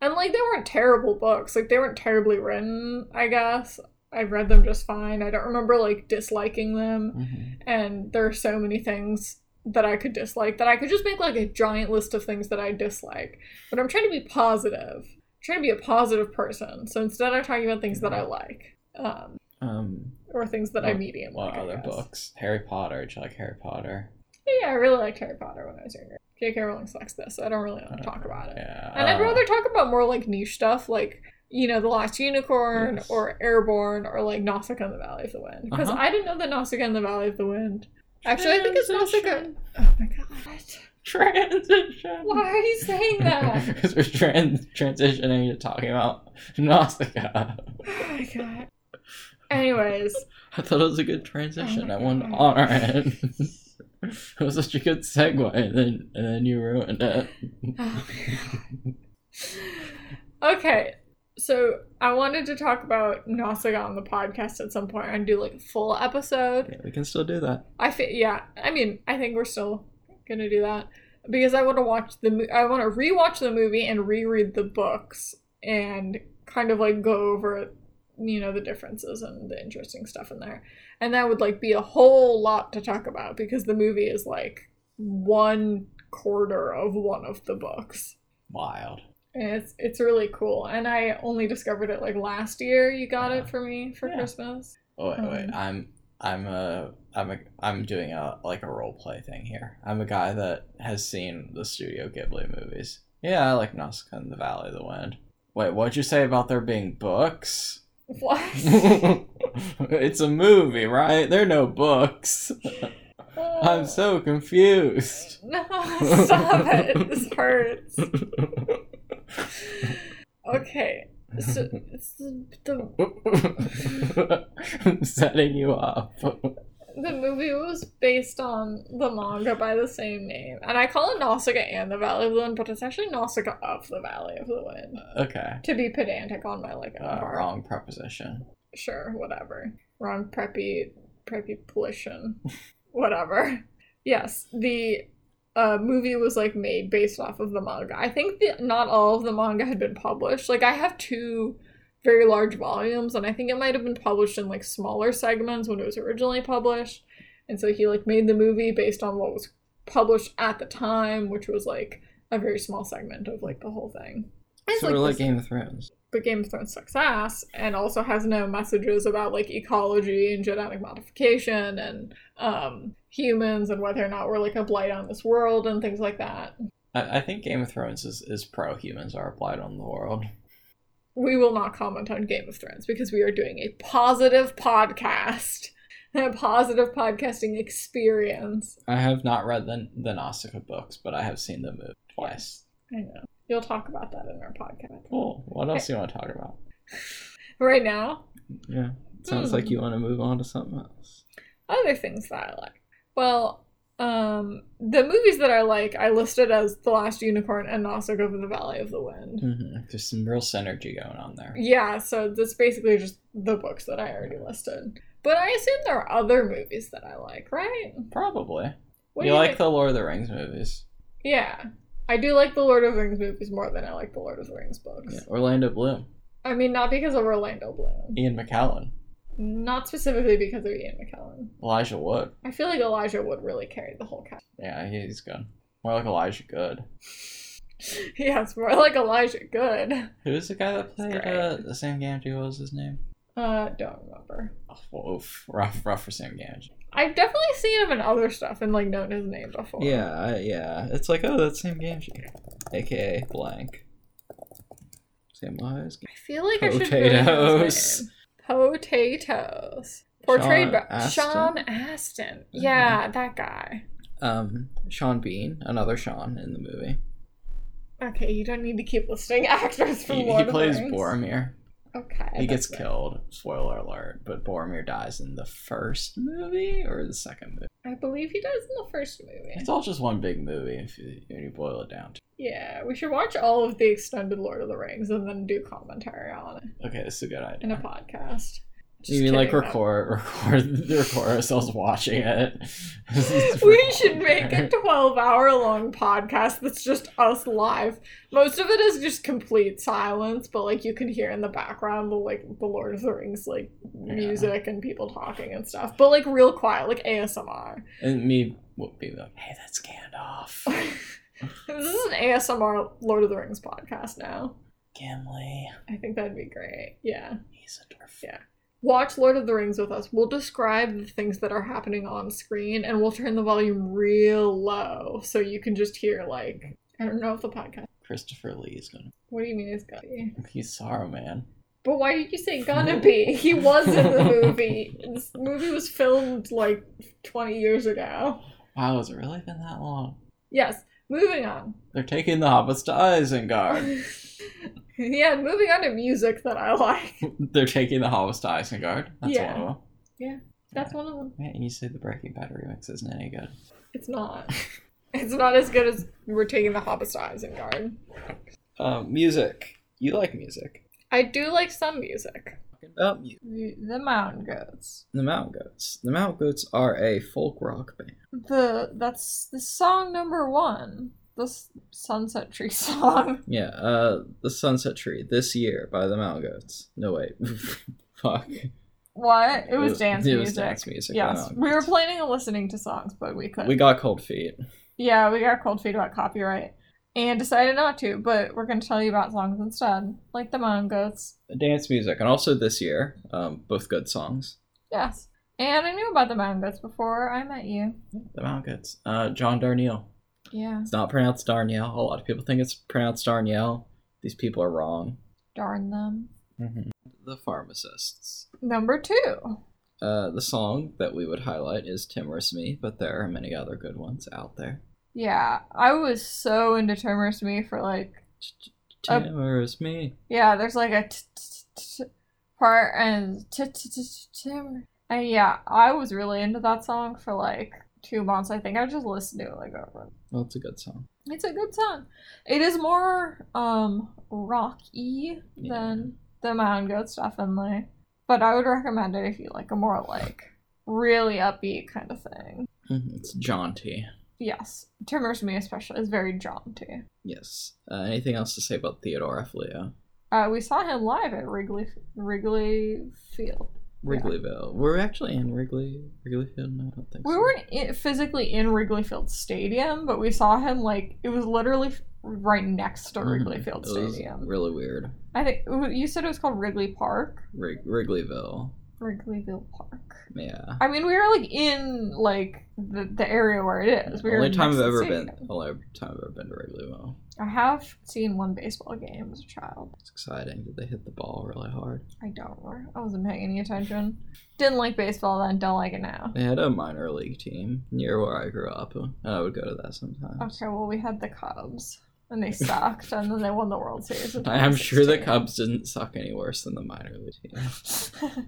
A: And like they weren't terrible books. Like they weren't terribly written, I guess. I read them just fine. I don't remember like disliking them. And there are so many things that I could dislike that I could just make like a giant list of things that I dislike. But I'm trying to be positive. I'm trying to be a positive person. So instead I'm talking about things that I like. Um
B: Um,
A: or things that I
B: What-
A: medium
B: what
A: like. I
B: other
A: guess.
B: books? Harry Potter. Did you like Harry Potter?
A: Yeah, I really liked Harry Potter when I was younger. J.K. Rowling sucks this, so I don't really want to talk about it.
B: Yeah.
A: And I'd
B: uh,
A: rather talk about more like niche stuff, like you know, The Last Unicorn
B: Yes.
A: or Airborne or like Nausicaa and the Valley of the Wind. Because
B: Uh-huh.
A: I didn't know that Nausicaa and the Valley of the Wind. Actually, I think it's Nausicaa. Oh my god!
B: [laughs] Transition. [laughs]
A: Why are you saying that?
B: Because we're trans- transitioning to talking about [laughs] Nausicaa.
A: oh my god. Anyways,
B: [laughs] I thought it was a good transition.
A: Oh my
B: I wanted to
A: God.
B: honor it. [laughs] it was such a good segue, and then and then you ruined it.
A: Oh. okay. So I wanted to talk about Nausicaa on the podcast at some point and do like a full episode.
B: Yeah, we can still do that.
A: I think yeah. I mean, I think we're still gonna do that because I want to watch the. mo- I want to rewatch the movie and reread the books and kind of like go over you know the differences and the interesting stuff in there. And that would like be a whole lot to talk about because the movie is like one quarter of one of the books.
B: Wild.
A: And It's it's really cool, and I only discovered it like last year. You got
B: Yeah.
A: it for me for
B: Yeah.
A: Christmas. [laughs]
B: Oh wait, wait.
A: Um.
B: I'm I'm a I'm a I'm doing a like a role play thing here. I'm a guy that has seen the Studio Ghibli movies. Yeah, I like Nausicaa and the Valley of the Wind. Wait, what'd you say about there being books? [laughs]
A: What?
B: it's a movie, right? There are no books. [laughs]
A: Uh,
B: I'm so confused.
A: no, [laughs] stop it. This hurts. Okay, so it's the, the
B: I'm [laughs] setting you up.
A: the movie was based on the manga by the same name, and I call it Nausicaa and the Valley of the Wind, but it's actually Nausicaa of the Valley of the Wind.
B: Okay.
A: To be pedantic on my like own
B: Uh,
A: part.
B: wrong preposition.
A: sure, whatever. Wrong preppy preppy pollution. whatever. Yes, the uh, movie was like made based off of the manga. I think that not all of the manga had been published. Like I have two very large volumes, and I think it might have been published in like smaller segments when it was originally published. And so he like made the movie based on what was published at the time, which was like a very small segment of like the whole thing. It's,
B: Sort of
A: this-
B: like Game of Thrones.
A: but Game of Thrones sucks ass and also has no messages about like ecology and genetic modification and um, humans and whether or not we're like a blight on this world and things like that.
B: I, I think Game of Thrones is, is pro humans are applied on the world.
A: We will not comment on Game of Thrones because we are doing a positive podcast, [laughs] a positive podcasting experience.
B: I have not read the, the Nausicaa books, but I have seen the movie twice.
A: I know. You'll talk about that in our podcast.
B: Cool. What else do you want to talk about?
A: Right now,
B: Yeah. Sounds
A: Hmm.
B: like you want to move on to something else.
A: other things that I like. Well, um, the movies that I like, I listed as The Last Unicorn and Nausicaa of the Valley of the Wind.
B: Mhm. There's some real synergy going on there.
A: Yeah, so that's basically just the books that I already listed. But I assume there are other movies that I like, right?
B: Probably.
A: What do
B: you like
A: think?
B: the Lord of the Rings movies?
A: Yeah. I do like the Lord of the Rings movies more than I like the Lord of the Rings books.
B: Yeah. Orlando Bloom,
A: I mean, not because of Orlando Bloom.
B: Ian McKellen,
A: Not specifically because of Ian McKellen.
B: Elijah Wood.
A: I feel like Elijah Wood really carried the whole cast. [laughs]
B: Yeah, he's good. More like Elijah Good.
A: yes, more like Elijah Good.
B: Who's the guy that played
A: great.
B: uh, the Sam Gamgee? What was his name?
A: Uh, don't remember.
B: Oh, oof. Rough, rough for Sam Gamgee.
A: I've definitely seen him in other stuff and like known his name before.
B: Yeah, I- yeah. It's like, oh, that's Sam Gamgee, aka blank. Sam Wise.
A: I feel like I should really know his name. Potatoes. Portrayed
B: Sean
A: by
B: Astin?
A: Sean Astin. Yeah, that guy.
B: Um, Sean Bean, another Sean in the movie.
A: Okay, you don't need to keep listing [laughs] actors from
B: He,
A: Lord
B: he
A: of the
B: plays
A: Rings.
B: Boromir.
A: Okay.
B: he gets
A: that's it.
B: killed. Spoiler alert! But Boromir dies in the first movie or the second movie.
A: I believe he does in the first movie.
B: It's all just one big movie if you, when you boil it down. to
A: Yeah, we should watch all of the extended Lord of the Rings and then do commentary on it
B: Okay, this is a good idea.
A: in a podcast. Just
B: you mean like
A: kidding, that-
B: record, [laughs] record, record ourselves watching it? [laughs]
A: we should make a 12 hour long podcast that's just us live most of it is just complete silence but like you can hear in the background the like the lord of the rings like
B: Yeah.
A: music and people talking and stuff but like real quiet like asmr
B: [laughs] And me would be like, hey, that's Gandalf,
A: this is an asmr lord of the rings podcast now
B: Gimli,
A: i think that'd be great yeah
B: he's a dwarf.
A: Yeah. watch lord of the rings with us we'll describe the things that are happening on screen and we'll turn the volume real low so you can just hear like i don't know if the podcast
B: Christopher Lee is gonna.
A: What do you mean it's gonna be?
B: He's Sorrow Man.
A: But why did you say [laughs] gonna be? He was in the movie. This movie was filmed like 20 years ago.
B: Wow, has it really been that long?
A: Yes, moving on. [laughs]
B: They're taking the hobbits to Isengard.
A: yeah, moving on to music that I like.
B: They're taking the hobbits to Isengard. That's
A: Yeah.
B: one of them.
A: That's one of them.
B: Yeah, and you say the Breaking Bad remix isn't any good.
A: It's [laughs] not. It's not as good as We're Taking the Hobbits to Isengard.
B: Um, music. Uh, You like music.
A: I do like some music.
B: Talking about you.
A: The, the Mountain Goats.
B: The Mount Goats. The Mount Goats are a folk rock band.
A: The that's the song number one. The s- Sunset Tree [laughs] song.
B: Yeah, uh, The Sunset Tree, This Year by the Mount Goats. No, wait. [laughs] Fuck.
A: What? Uh, It was dance
B: it
A: music.
B: was dance music. by the
A: Yes,
B: Mount
A: we were
B: Goats.
A: planning on listening to songs, but we couldn't.
B: We got cold feet.
A: yeah, we got cold feet about copyright and decided not to. But we're gonna tell you about songs instead, like the Mountain Goats.
B: Dance music, and also This Year. Um, both good songs.
A: Yes, and I knew about the Mountain Goats before I met you.
B: The Mount Goats. Uh, John Darnielle.
A: Yeah,
B: It's not pronounced Darnielle. A lot of people think it's pronounced Darnielle. These people are wrong.
A: darn them.
B: The Pharmacists.
A: Number two.
B: Uh, the song that we would highlight is Timorous Me, but there are many other good ones out there.
A: Yeah, I was so into Tremors to me for like Uh,
B: Timorous Me.
A: yeah. There's like a t- t- t- t- part and t- t- t- t- Tim- and yeah, I was really into that song for like two months. I think I just listened to it like over.
B: Well, it's a good song.
A: It's a good song. It is more um rocky
B: Yeah.
A: than the Mountain Goats definitely, but I would recommend it if you like a more like really upbeat kind of thing.
B: Mhm, It's jaunty.
A: Yes, Tremors to me especially is very jaunty.
B: Yes. Uh, anything else to say about Theodore F. Leo?
A: Uh, we saw him live at Wrigley Wrigley Field.
B: Wrigleyville. Were we actually in Wrigley? Wrigleyfield? No, I don't think
A: We
B: so.
A: weren't i physically in Wrigley Field Stadium, but we saw him like it was literally f- right next to Wrigley
B: Mhm,
A: Field
B: it was
A: Stadium.
B: really weird.
A: I think you said it was called Wrigley Park.
B: Wrig- Wrigleyville.
A: Wrigleyville Park.
B: Yeah.
A: I mean, we were like in like the, the area where it is. We were
B: only time
A: next
B: I've
A: to the
B: ever been.
A: stadium.
B: Only time I've ever been to Wrigleyville.
A: I have seen one baseball game as a child.
B: It's exciting. Did they hit the ball really hard?
A: I don't remember. I wasn't paying any attention. Didn't like baseball then. Don't like it now.
B: They had a minor league team near where I grew up, and I would go to that sometimes.
A: Okay, well, we had the Cubs, and they sucked, and then they won the World Series. in
B: [laughs] I'm sure the
A: 2016.
B: Cubs didn't suck any worse than the minor league team.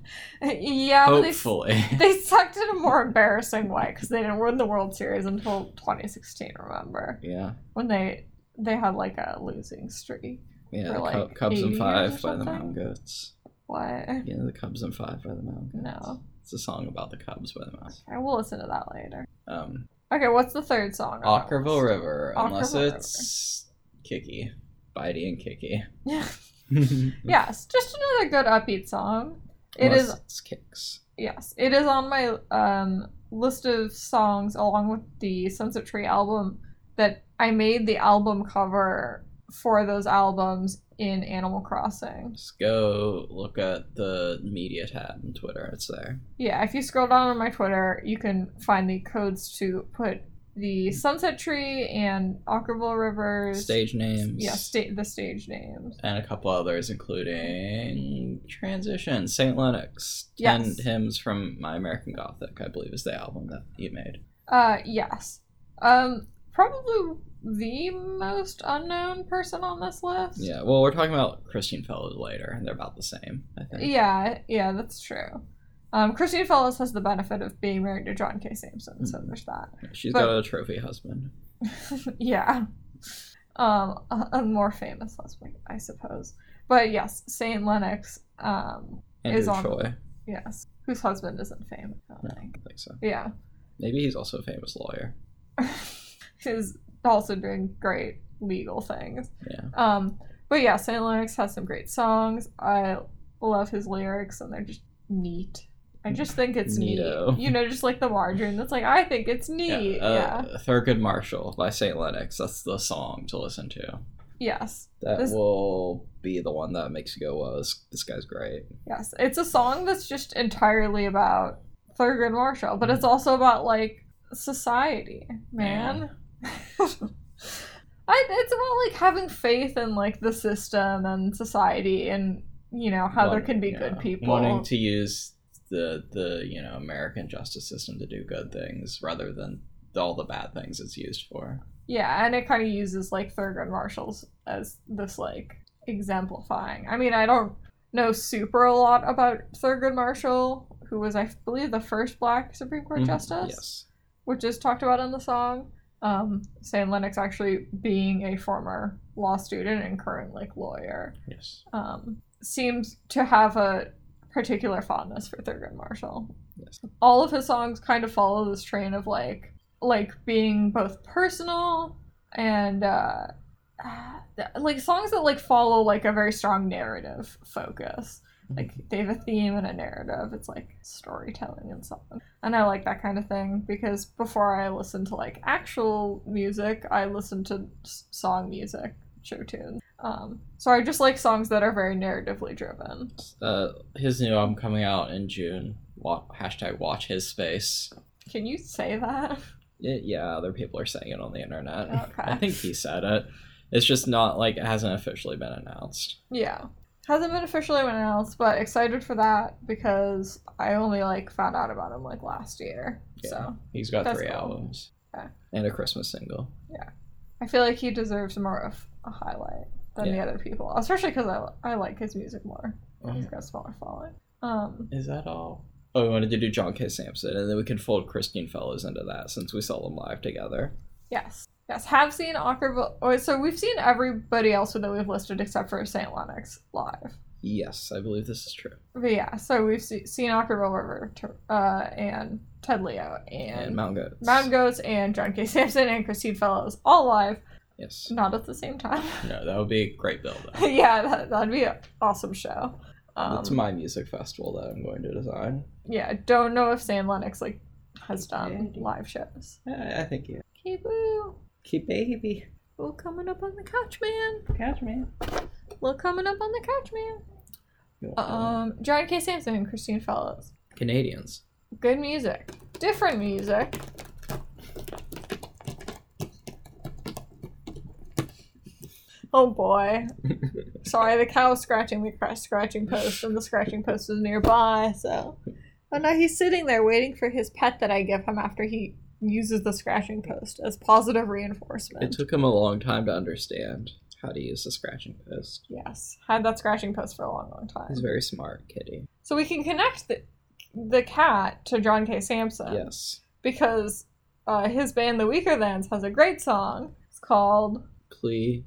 A: [laughs] yeah, but they,
B: Hopefully. [laughs]
A: they sucked in a more embarrassing way because they didn't win the World Series until 2016. Remember
B: yeah.
A: when they they had like a losing streak? For
B: Yeah, the Cub-
A: like
B: Cubs
A: 80
B: and
A: years
B: Five
A: or
B: by the
A: something?
B: Mountain Goats.
A: What?
B: Yeah, the Cubs and Five by the Mountain Goats.
A: No.
B: It's a song about the Cubs by the Mountain.
A: I will listen to that later.
B: Um,
A: Okay, what's the third song? on that
B: Ockerville
A: list?
B: River, unless
A: Ockerville
B: it's Kiki, Bitey and Kiki.
A: [laughs] Yeah.
B: yeah,
A: yes, just another good upbeat song. It is
B: It's kicks.
A: yes, it is on my um list of songs along with the Sunset Tree album that I made the album cover for those albums in Animal Crossing.
B: Just go look at the media tab on Twitter. It's there.
A: Yeah, if you scroll down on my Twitter, you can find the codes to put the Sunset Tree and Ockerville Rivers.
B: Stage names.
A: Yeah, sta- the stage names.
B: and a couple others, including Transition, St. Lennox,
A: Yes.
B: and hymns from My American Gothic, I believe, is the album that you made.
A: Uh, yes. Um, probably the most unknown person on this list.
B: Yeah, well, we're talking about Christian Fellows later, and they're about the same, I think.
A: Yeah, yeah, that's true. Um, Christine Fellows has the benefit of being married to John K. Sampson, so
B: Mhm.
A: there's that. [laughs]
B: She's
A: But-
B: got a trophy husband.
A: yeah. Um, a, a more famous husband, I suppose. But yes, Saint Lennox. Um,
B: Andrew
A: Is on-
B: Troy.
A: yes, whose husband isn't famous. I
B: No,
A: don't
B: I
A: think.
B: don't think so.
A: Yeah,
B: Maybe he's also a famous lawyer.
A: is also doing great legal things.
B: Yeah.
A: Um, but yeah, Saint Lennox has some great songs. I love his lyrics, and they're just neat. I just think it's
B: Neato.
A: neat. You know, just like the margarine. That's like I think it's neat. Yeah.
B: uh, Thurgood Marshall by St. Lennox. That's the song to listen to.
A: Yes.
B: That
A: This-
B: will be the one that makes you go, "Whoa, this, this guy's great."
A: Yes. It's a song that's just entirely about Thurgood Marshall, but it's also about like society, man. [laughs] I, it's about like having faith in like the system and society and you know how there
B: Want-
A: can be
B: yeah,
A: good people
B: wanting to use the the you know American justice system to do good things rather than all the bad things it's used for.
A: Yeah, and it kind of uses like Thurgood Marshall's as this like exemplifying. I mean, I don't know super a lot about Thurgood Marshall, who was I believe the first black Supreme Court
B: Mhm,
A: justice,
B: Yes.
A: which is talked about in the song. Um, Sam Lennox actually being a former law student and current like lawyer.
B: Yes.
A: Um, seems to have a particular fondness for Thurgood Marshall.
B: Yes.
A: All of his songs kind of follow this train of like like being both personal and uh uh, like songs that like follow like a very strong narrative focus. Like they have a theme and a narrative. It's like storytelling and something. And I like that kind of thing because before I listened to like actual music, I listened to s- song music, show tunes. Um, so I just like songs that are very narratively driven.
B: Uh, his new album coming out in June. Wa- hashtag watch his space.
A: Can you say that?
B: Y- yeah, other people are saying it on the internet.
A: Okay.
B: I think he said it. It's just not like it hasn't officially been announced.
A: Yeah. Hasn't been officially announced, but excited for that because I only like found out about him like last year.
B: Yeah.
A: So
B: He's got
A: That's
B: three
A: cool.
B: albums
A: Okay.
B: and a Christmas single.
A: I feel like he deserves more of a highlight than the
B: Yeah. Uh-huh.
A: other people, especially because I, I like his music more. He's got a smaller following. Um,
B: Is that all? Oh, we wanted to do John K. Sampson, and then we can fold Christine Fellows into that since we saw them live together.
A: yes, yes, have seen Ockerville. Oh, so we've seen everybody else that we've listed except for Saint Lennox live.
B: Yes, I believe this is true.
A: But yeah, so we've se- seen Ockerville River Tur- uh, and Ted Leo and,
B: And Mount Goats.
A: Mountain Goats and John K. Sampson and Christine Fellows all live,
B: Yes.
A: not at the same time. [laughs]
B: No, that would be a great build up.
A: yeah, that, that'd be an awesome show. Um,
B: That's my music festival that I'm going to design.
A: yeah, don't know if Sam Lennox like has done
B: Yeah.
A: live shows.
B: I, I think you.
A: Hey boo,
B: Keep baby.
A: we're coming up on the couch, man.
B: Catch me.
A: We're coming up on the couch, man. Um, John K. Sampson and Christine Fellows.
B: Canadians.
A: Good music, different music. Oh
B: [laughs]
A: boy. Sorry, the cow was scratching the cr- scratching post, and the scratching post was nearby, so. But now he's sitting there waiting for his pet that I give him after he uses the scratching post as positive reinforcement.
B: It took him a long time to understand how to use the scratching post.
A: yes, had that scratching post for a long, long time.
B: He's a very smart, kitty.
A: So we can connect the, the cat to John K. Sampson
B: Yes.
A: because uh, his band, The Weaker Thans, has a great song. It's called
B: Plea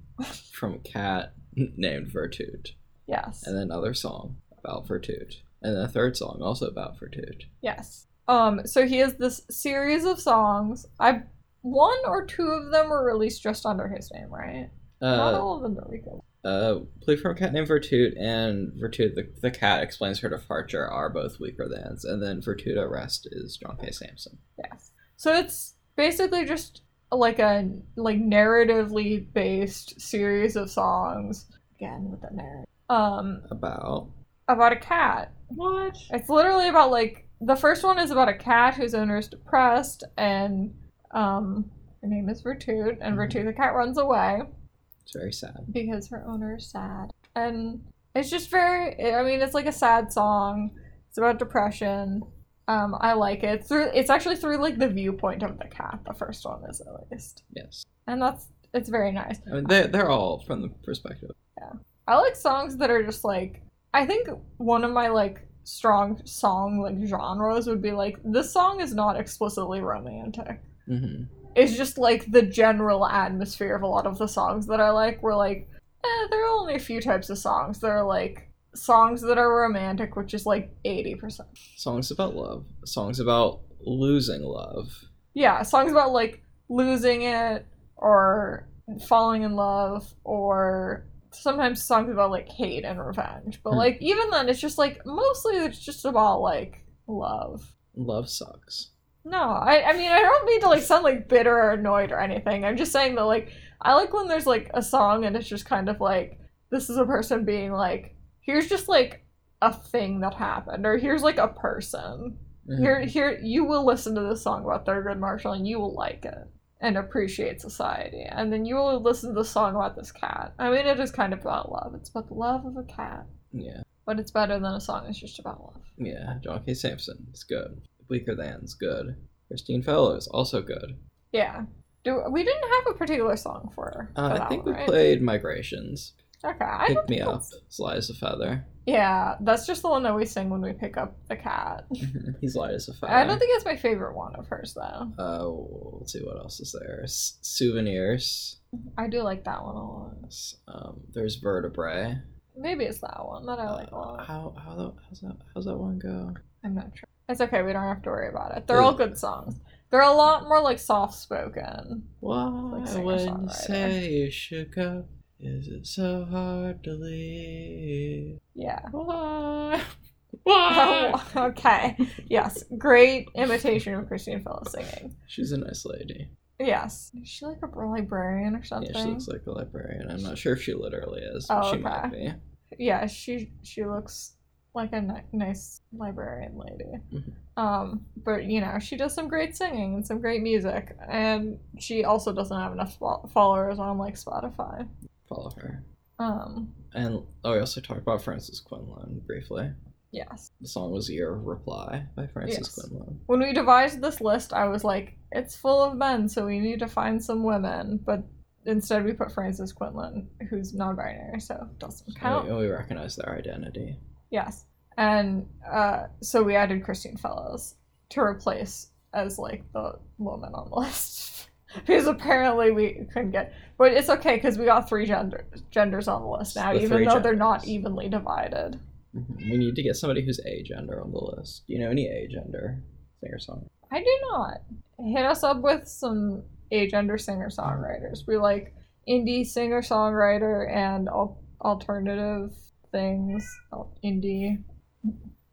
B: from cat [laughs] named Vertute.
A: Yes.
B: and then another song about Vertute, and then a third song also about Vertute.
A: Yes. Um, so he has this series of songs. I one or two of them were released just under his name, right? Not
B: Uh,
A: all of them, but we go.
B: uh, Plea from a Cat Named Vertute and Vertute the, the Cat Explains Her Departure are both weaker thans, and then Vertute Arrest is John K. Sampson.
A: Yes. So it's basically just like a like narratively based series of songs. Again with the narrative. Um,
B: About.
A: about a cat.
B: What?
A: It's literally about like the first one is about a cat whose owner is depressed and um her name is Vertute and Vertute the cat runs away.
B: It's very sad.
A: because her owner is sad. And it's just very, I mean, it's like a sad song. It's about depression. Um, I like it. It's through, it's actually through like the viewpoint of the cat. The first one is at least,
B: Yes.
A: and that's it's very nice.
B: I mean, they're, they're all from the perspective.
A: I like songs that are just like I think one of my like strong song like genres would be like this song is not explicitly romantic.
B: hmm
A: It's just like the general atmosphere of a lot of the songs that I like were like, eh, there are only a few types of songs. There are like songs that are romantic, which is like 80%.
B: Songs about love, songs about losing love.
A: Yeah, songs about like losing it or falling in love or sometimes songs about like hate and revenge. But
B: Hmm.
A: like even then, it's just like mostly it's just about like love.
B: Love sucks.
A: No, I, I mean I don't mean to like sound like bitter or annoyed or anything. I'm just saying that like I like when there's like a song and it's just kind of like this is a person being like here's just like a thing that happened or here's like a person.
B: Mhm.
A: Here here you will listen to this song about Thurgood Marshall and you will like it and appreciate society. And then you will listen to the song about this cat. I mean it is kind of about love. It's about the love of a cat.
B: Yeah.
A: But it's better than a song that's just about love.
B: Yeah. John K. Sampson is good. Weaker than's good. Christine Fellows also good.
A: Yeah. Do we didn't have a particular song for her?
B: Uh,
A: for that
B: I think
A: one,
B: we
A: right?
B: played Migrations.
A: Okay, I
B: Pick
A: don't
B: me
A: think
B: up,
A: that's-
B: sly as
A: [laughs]
B: a feather.
A: Yeah, that's just the one that we sing when we pick up the cat.
B: He's light as a feather.
A: I don't think it's my favorite one of hers though.
B: Uh, let's see what else is there. S- souvenirs.
A: I do like that one a lot.
B: S- Um, there's vertebrae.
A: Maybe it's that one that I like a
B: Uh,
A: lot.
B: how how the, how's that how's that one go?
A: I'm not sure. It's okay. We don't have to worry about it. They're all good songs. They're a lot more like soft spoken.
B: Why
A: singer-songwriter.
B: when you say you should go? Is it so hard to leave? [laughs]
A: Yeah. [laughs]
B: Why?
A: Oh,
B: Why?
A: okay. Yes. Great imitation of Christine Phillips singing.
B: [laughs] She's a nice lady.
A: Yes. Is she like a librarian or something?
B: Yeah, she looks like a librarian. I'm not sure if she literally is.
A: Oh,
B: she might be.
A: yeah she she looks like a ni- nice librarian lady
B: Mhm.
A: um but you know she does some great singing and some great music and she also doesn't have enough fo- followers on like spotify
B: Follow her.
A: um
B: And oh, we also talked about Frances Quinlan briefly.
A: yes
B: The song was Your Reply by Frances
A: Yes.
B: Quinlan.
A: when we devised this list i was like it's full of men so we need to find some women but instead we put frances quinlan who's non-binary so doesn't count
B: And we, and we recognize their identity.
A: Yes. And uh, so we added Christine Fellows to replace as like the woman on the [laughs] list. because apparently we couldn't get but it's okay because we got three gender, genders on the list now,
B: The
A: even
B: three
A: though they're not
B: genders.
A: evenly divided.
B: Mhm. We need to get somebody who's agender on the list. Do you know any agender singer song?
A: I do not. Hit us up with some agender singer songwriters. We like indie singer songwriter and al- alternative things, al- indie,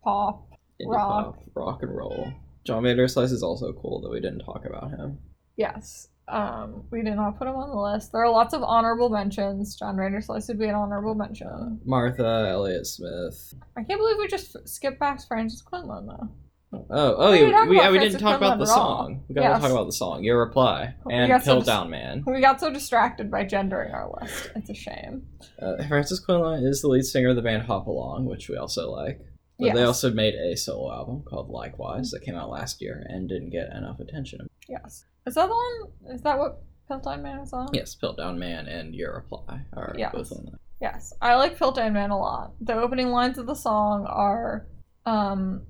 A: pop.
B: Indie
A: Rock.
B: pop, uh, rock and roll. John Vanderslice is also cool that we didn't talk about him.
A: Yes. Um, we did not put him on the list. There are lots of honorable mentions. John Vanderslice would be an honorable mention.
B: Martha, Elliott Smith.
A: I can't believe we just skipped past Francis Quinlan though.
B: Oh, oh,
A: We
B: we,
A: didn't talk
B: we,
A: about
B: yeah, we
A: Frances
B: didn't talk about
A: Quinlan
B: the
A: at all.
B: song. We gotta
A: Yes. Oh,
B: talk about the song. Your reply
A: We
B: and
A: got some
B: Pill
A: dis-
B: Down Man.
A: We got so distracted by gendering our list. It's a shame.
B: Uh, Francis Quinlan is the lead singer of the band Hop Along, which we also like. But they
A: Yes.
B: also made a solo album called Likewise that came out last year and didn't get enough attention.
A: Yes. Is that the one? Is that what Piltdown Man is on?
B: Yes, Piltdown Man and Your Reply are
A: Yes.
B: both on that.
A: Yes. I like Piltdown Man a lot. The opening lines of the song are um,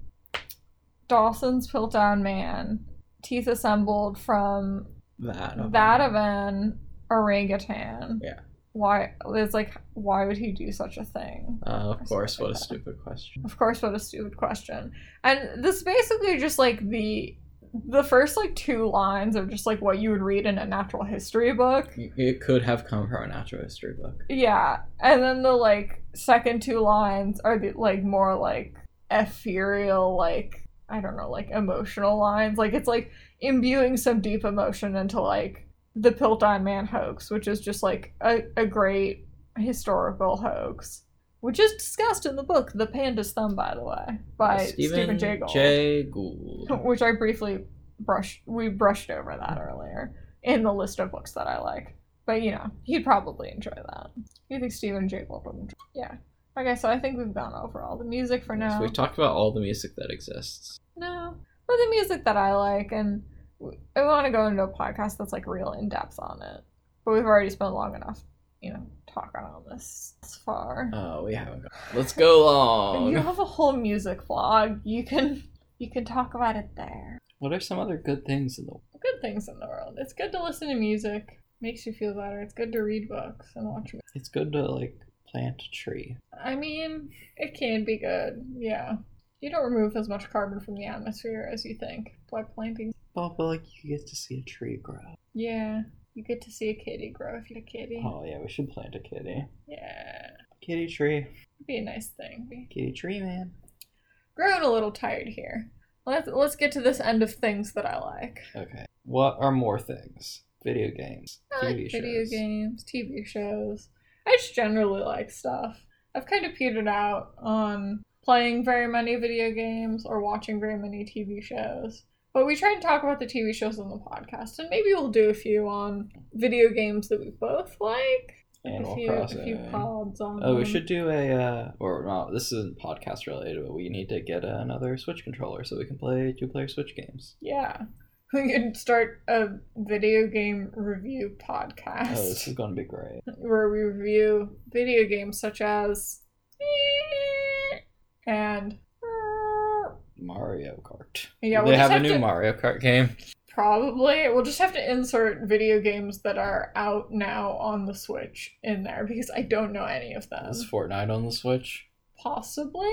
A: Dawson's Piltdown Man, teeth assembled from
B: That, of
A: that
B: them.
A: of an orangutan.
B: Yeah.
A: Why? It's like, why would he do such a thing?
B: Uh,
A: or
B: of course,
A: something
B: what a
A: like that.
B: stupid question.
A: Of course, what a stupid question. And this basically just like the the first like two lines of just like what you would read in a natural history book.
B: Y- It could have come from a natural history book.
A: Yeah, and then the like second two lines are the like more like ethereal like. I don't know, like emotional lines. Like it's like imbuing some deep emotion into like the Piltdown Man hoax, which is just like a, a great historical hoax, which is discussed in the book The Panda's Thumb, by the way, by Stephen, Jay Gould,
B: Jay [laughs] Gould.
A: [laughs] which I briefly brushed. We brushed over that earlier in the list of books that I like. But you know, he'd probably enjoy that. You think Stephen Jay Gould would enjoy? Yeah. Okay, so I think we've gone over all the music for now.
B: We've talked about all the music that exists.
A: No, but the music that I like, and w- I want to go into a podcast that's like real in depth on it. But we've already spent long enough, you know, talking on this thus far.
B: Oh, we haven't. Got... Let's [laughs] go long. [laughs]
A: You have a whole music vlog. You can you can talk about it there.
B: What are some other good things in the world?
A: Good things in the world. It's good to listen to music. Makes you feel better. It's good to read books and watch. movies.
B: It's good to like plant a tree.
A: I mean, it can be good. Yeah, you don't remove as much carbon from the atmosphere as you think by planting
B: Well, but like you get to see a tree grow.
A: Yeah, you get to see a kitty grow if you're a kitty.
B: Oh yeah, we should plant a kitty.
A: Yeah,
B: Kitty tree.
A: it'd be a nice thing.
B: Kitty tree man.
A: Growing a little tired here. Let's let's get to this end of things that I like.
B: Okay. What are more things? Video games.
A: I like video games, TV shows. I just generally like stuff. I've kind of petered out on playing very many video games or watching very many TV shows. But we try and talk about the TV shows on the podcast, and maybe we'll do a few on video games that we both like.
B: Animal
A: a few,
B: Crossing.
A: A few pods on
B: Oh, we
A: them.
B: should do a uh, or not. This isn't podcast related, but we need to get another Switch controller so we can play two-player Switch games.
A: Yeah. [laughs] We could start a video game review
B: Oh, this
A: podcast
B: is gonna be great.
A: where we review video games such as and
B: Mario Kart.
A: yeah, we'll
B: they
A: just
B: have,
A: have
B: a new
A: to- [laughs]
B: Mario Kart game.
A: Probably. We'll just have to insert video games that are out now on the Switch in there because I don't know any of them.
B: Is Fortnite on the Switch?
A: Possibly?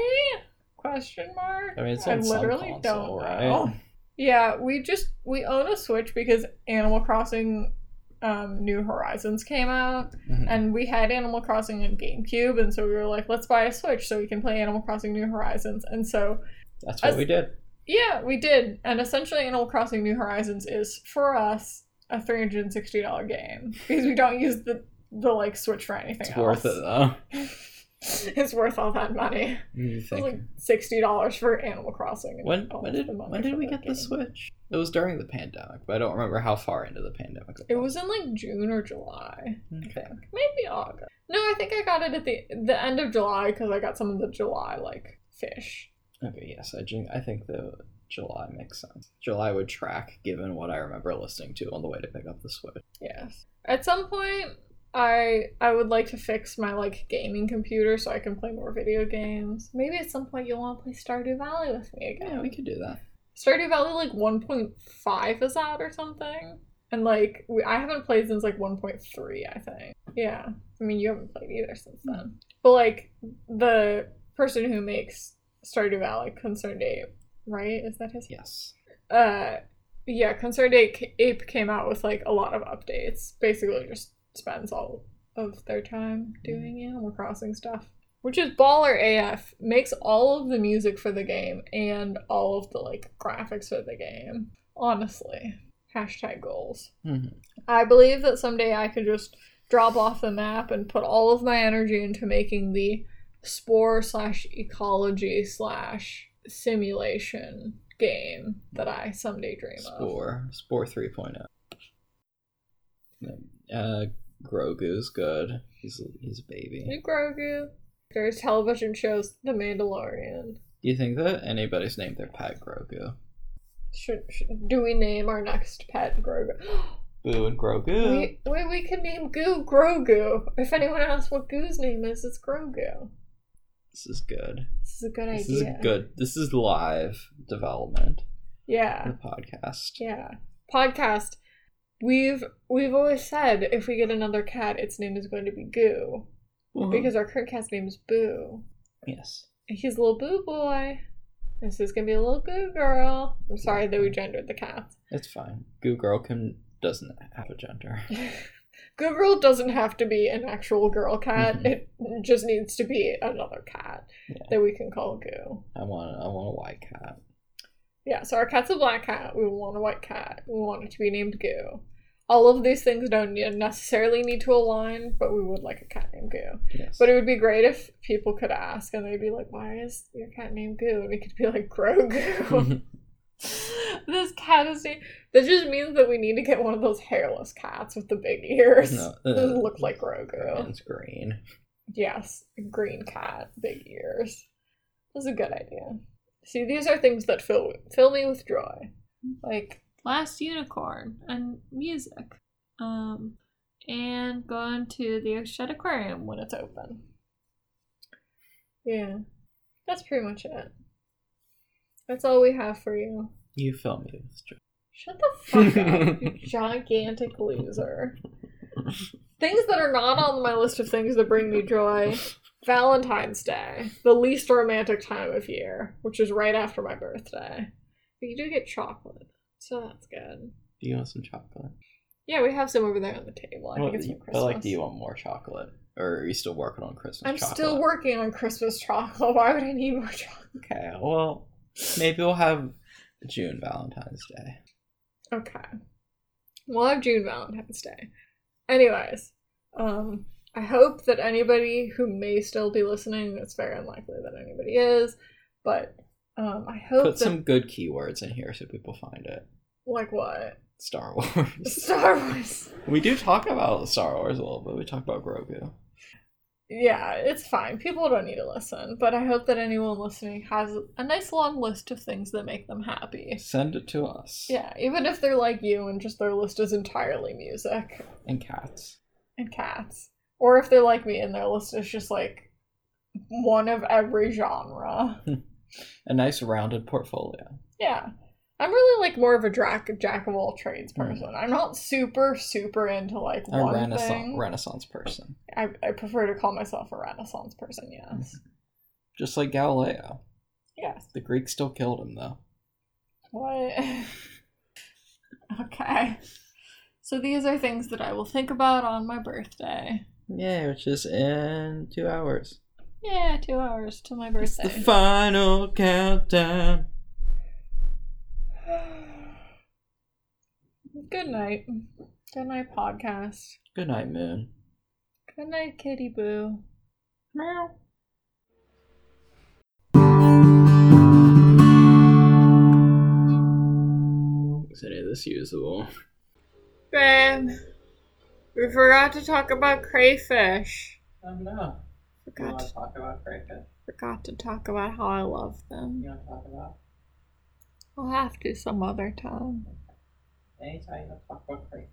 A: Question mark.
B: I mean, it's on
A: I
B: some
A: literally
B: console,
A: don't
B: right?
A: know. Yeah, we just we own a Switch because Animal Crossing um, New Horizons came out,
B: Mhm.
A: and we had Animal Crossing on GameCube, and so we were like, let's buy a Switch so we can play Animal Crossing New Horizons. And so
B: [laughs] That's what
A: as-
B: we did.
A: yeah, we did. And essentially, Animal Crossing New Horizons is for us a three hundred and sixty dollar game because we don't use the the like Switch for anything.
B: It's
A: else.
B: worth it though.
A: [laughs] it's worth all that money.
B: You
A: It was
B: think-
A: like sixty dollars for Animal Crossing. and
B: When
A: all
B: when
A: of
B: did
A: the money
B: when did
A: for
B: we
A: that
B: get the
A: game.
B: Switch? It was during the pandemic, but I don't remember how far into the pandemic.
A: It was in like June or July.
B: okay.
A: maybe August. No, I think I got it at the the end of July because I got some of the July like fish.
B: Okay, yes, I think I think the July makes sense. July would track given what I remember listening to on the way to pick up the Switch.
A: Yes. At some point, I I would like to fix my like gaming computer so I can play more video games. Maybe at some point you'll want to play Stardew Valley with me again.
B: Yeah, we could do that.
A: Stardew Valley like 1.5 is out or something. And like we, I haven't played since like 1.3, I think. Yeah. I mean, you haven't played either since then. But like the person who makes Stardew Valley, Concerned Ape, right? Is that his?
B: Yes.
A: Uh yeah, Concerned Ape, Ape came out with like a lot of updates. Basically just spends all of their time doing Animal Crossing stuff. Which is baller AF makes all of the music for the game and all of the like graphics for the game. Honestly, hashtag goals.
B: Mhm.
A: I believe that someday I could just drop off the map and put all of my energy into making the spore slash ecology slash simulation game that I someday dream of.
B: Spore Spore 3.0. Uh, Grogu's good. He's he's a baby.
A: New Grogu. There's television shows The Mandalorian.
B: Do you think that anybody's named their pet Grogu?
A: Should, should do we name our next pet Grogu? [gasps]
B: Boo and Grogu.
A: We, we, we could name Goo Grogu. If anyone asks what Goo's name is, it's Grogu.
B: This is good.
A: This is a good
B: This is
A: idea.
B: good. This is live development.
A: Yeah,
B: The podcast.
A: yeah. Podcast. We've we've always said if we get another cat, its name is going to be Goo
B: Mhm.
A: because our current cat's name is Boo.
B: yes,
A: And He's a little Boo boy. This is gonna be a little Goo girl. I'm sorry that we gendered the cat.
B: it's fine. Goo girl can doesn't have a gender.
A: Goo girl doesn't have to be an actual girl cat.
B: Mhm.
A: It just needs to be another cat
B: Yeah.
A: that we can call Goo.
B: I want I want a white cat.
A: Yeah, so our cat's a black cat. We want a white cat. We want it to be named Goo. All of these things don't ne- necessarily need to align, but we would like a cat named Goo.
B: Yes,
A: But it would be great if people could ask and they'd be like, why is your cat named Goo? And we could be like,
B: [laughs] Mm-hmm.
A: Grogu. [laughs] this cat is named. That just means that we need to get one of those hairless cats with the big ears.
B: no,
A: Those
B: uh,
A: look like Grogu.
B: it's green.
A: Yes, green cat, big ears. That's a good idea. See, these are things that fill fill me with joy, like Last Unicorn and music, um, and going to the Shed Aquarium when it's open. Yeah, that's pretty much it. That's all we have for you.
B: You fill me with joy.
A: Shut the fuck up,
B: [laughs]
A: you gigantic loser. Things that are not on my list of things that bring me joy Valentine's Day, the least romantic time of year, which is right after my birthday. But you do get chocolate, so that's good.
B: Do you want some chocolate?
A: Yeah, we have some over there on the table. I
B: Well,
A: think it's
B: you-
A: from
B: but
A: Christmas.
B: like, do you want more chocolate, or are you still working on Christmas?
A: I'm
B: chocolate?
A: still working on Christmas chocolate. [laughs] Why would I need more chocolate?
B: Okay, well, maybe we'll have June Valentine's Day.
A: Okay. We'll have June Valentine's Day. Anyways, um, I hope that anybody who may still be listening, it's very unlikely that anybody is, but um, I hope
B: Put
A: that,
B: some good keywords in here so people find it.
A: like what?
B: Star Wars. [laughs]
A: Star Wars.
B: We do talk about Star Wars a little bit. We talk about Grogu.
A: Yeah, it's fine. People don't need to listen, but I hope that anyone listening has a nice long list of things that make them happy.
B: Send it to us.
A: Yeah, even if they're like you and just their list is entirely music.
B: And cats.
A: and cats. Or if they're like me and their list is just like one of every genre.
B: A nice rounded portfolio.
A: Yeah. I'm really like more of a drac- jack of all trades person. I'm not super super into like
B: Hmm. A
A: one
B: renaissance
A: thing.
B: renaissance person,
A: I, I prefer to call myself a Renaissance person. Yes.
B: just like Galileo.
A: Yes.
B: The Greeks still killed him though.
A: What? [laughs] okay. So these are things that I will think about on my birthday.
B: Yeah, which is in two hours.
A: Yeah, two hours till my
B: It's
A: birthday.
B: the final countdown.
A: Good night. Good night, podcast.
B: Good night, Moon.
A: Good night, Kitty Boo. Meow.
B: Is any of this usable?
A: Babe, we forgot to talk about crayfish.
B: Oh no.
A: Forgot. to-
B: talk about cricket?
A: Forgot to talk about how I love them.
B: want to talk about
A: We'll have to some other time.
B: anytime you talk about cricket?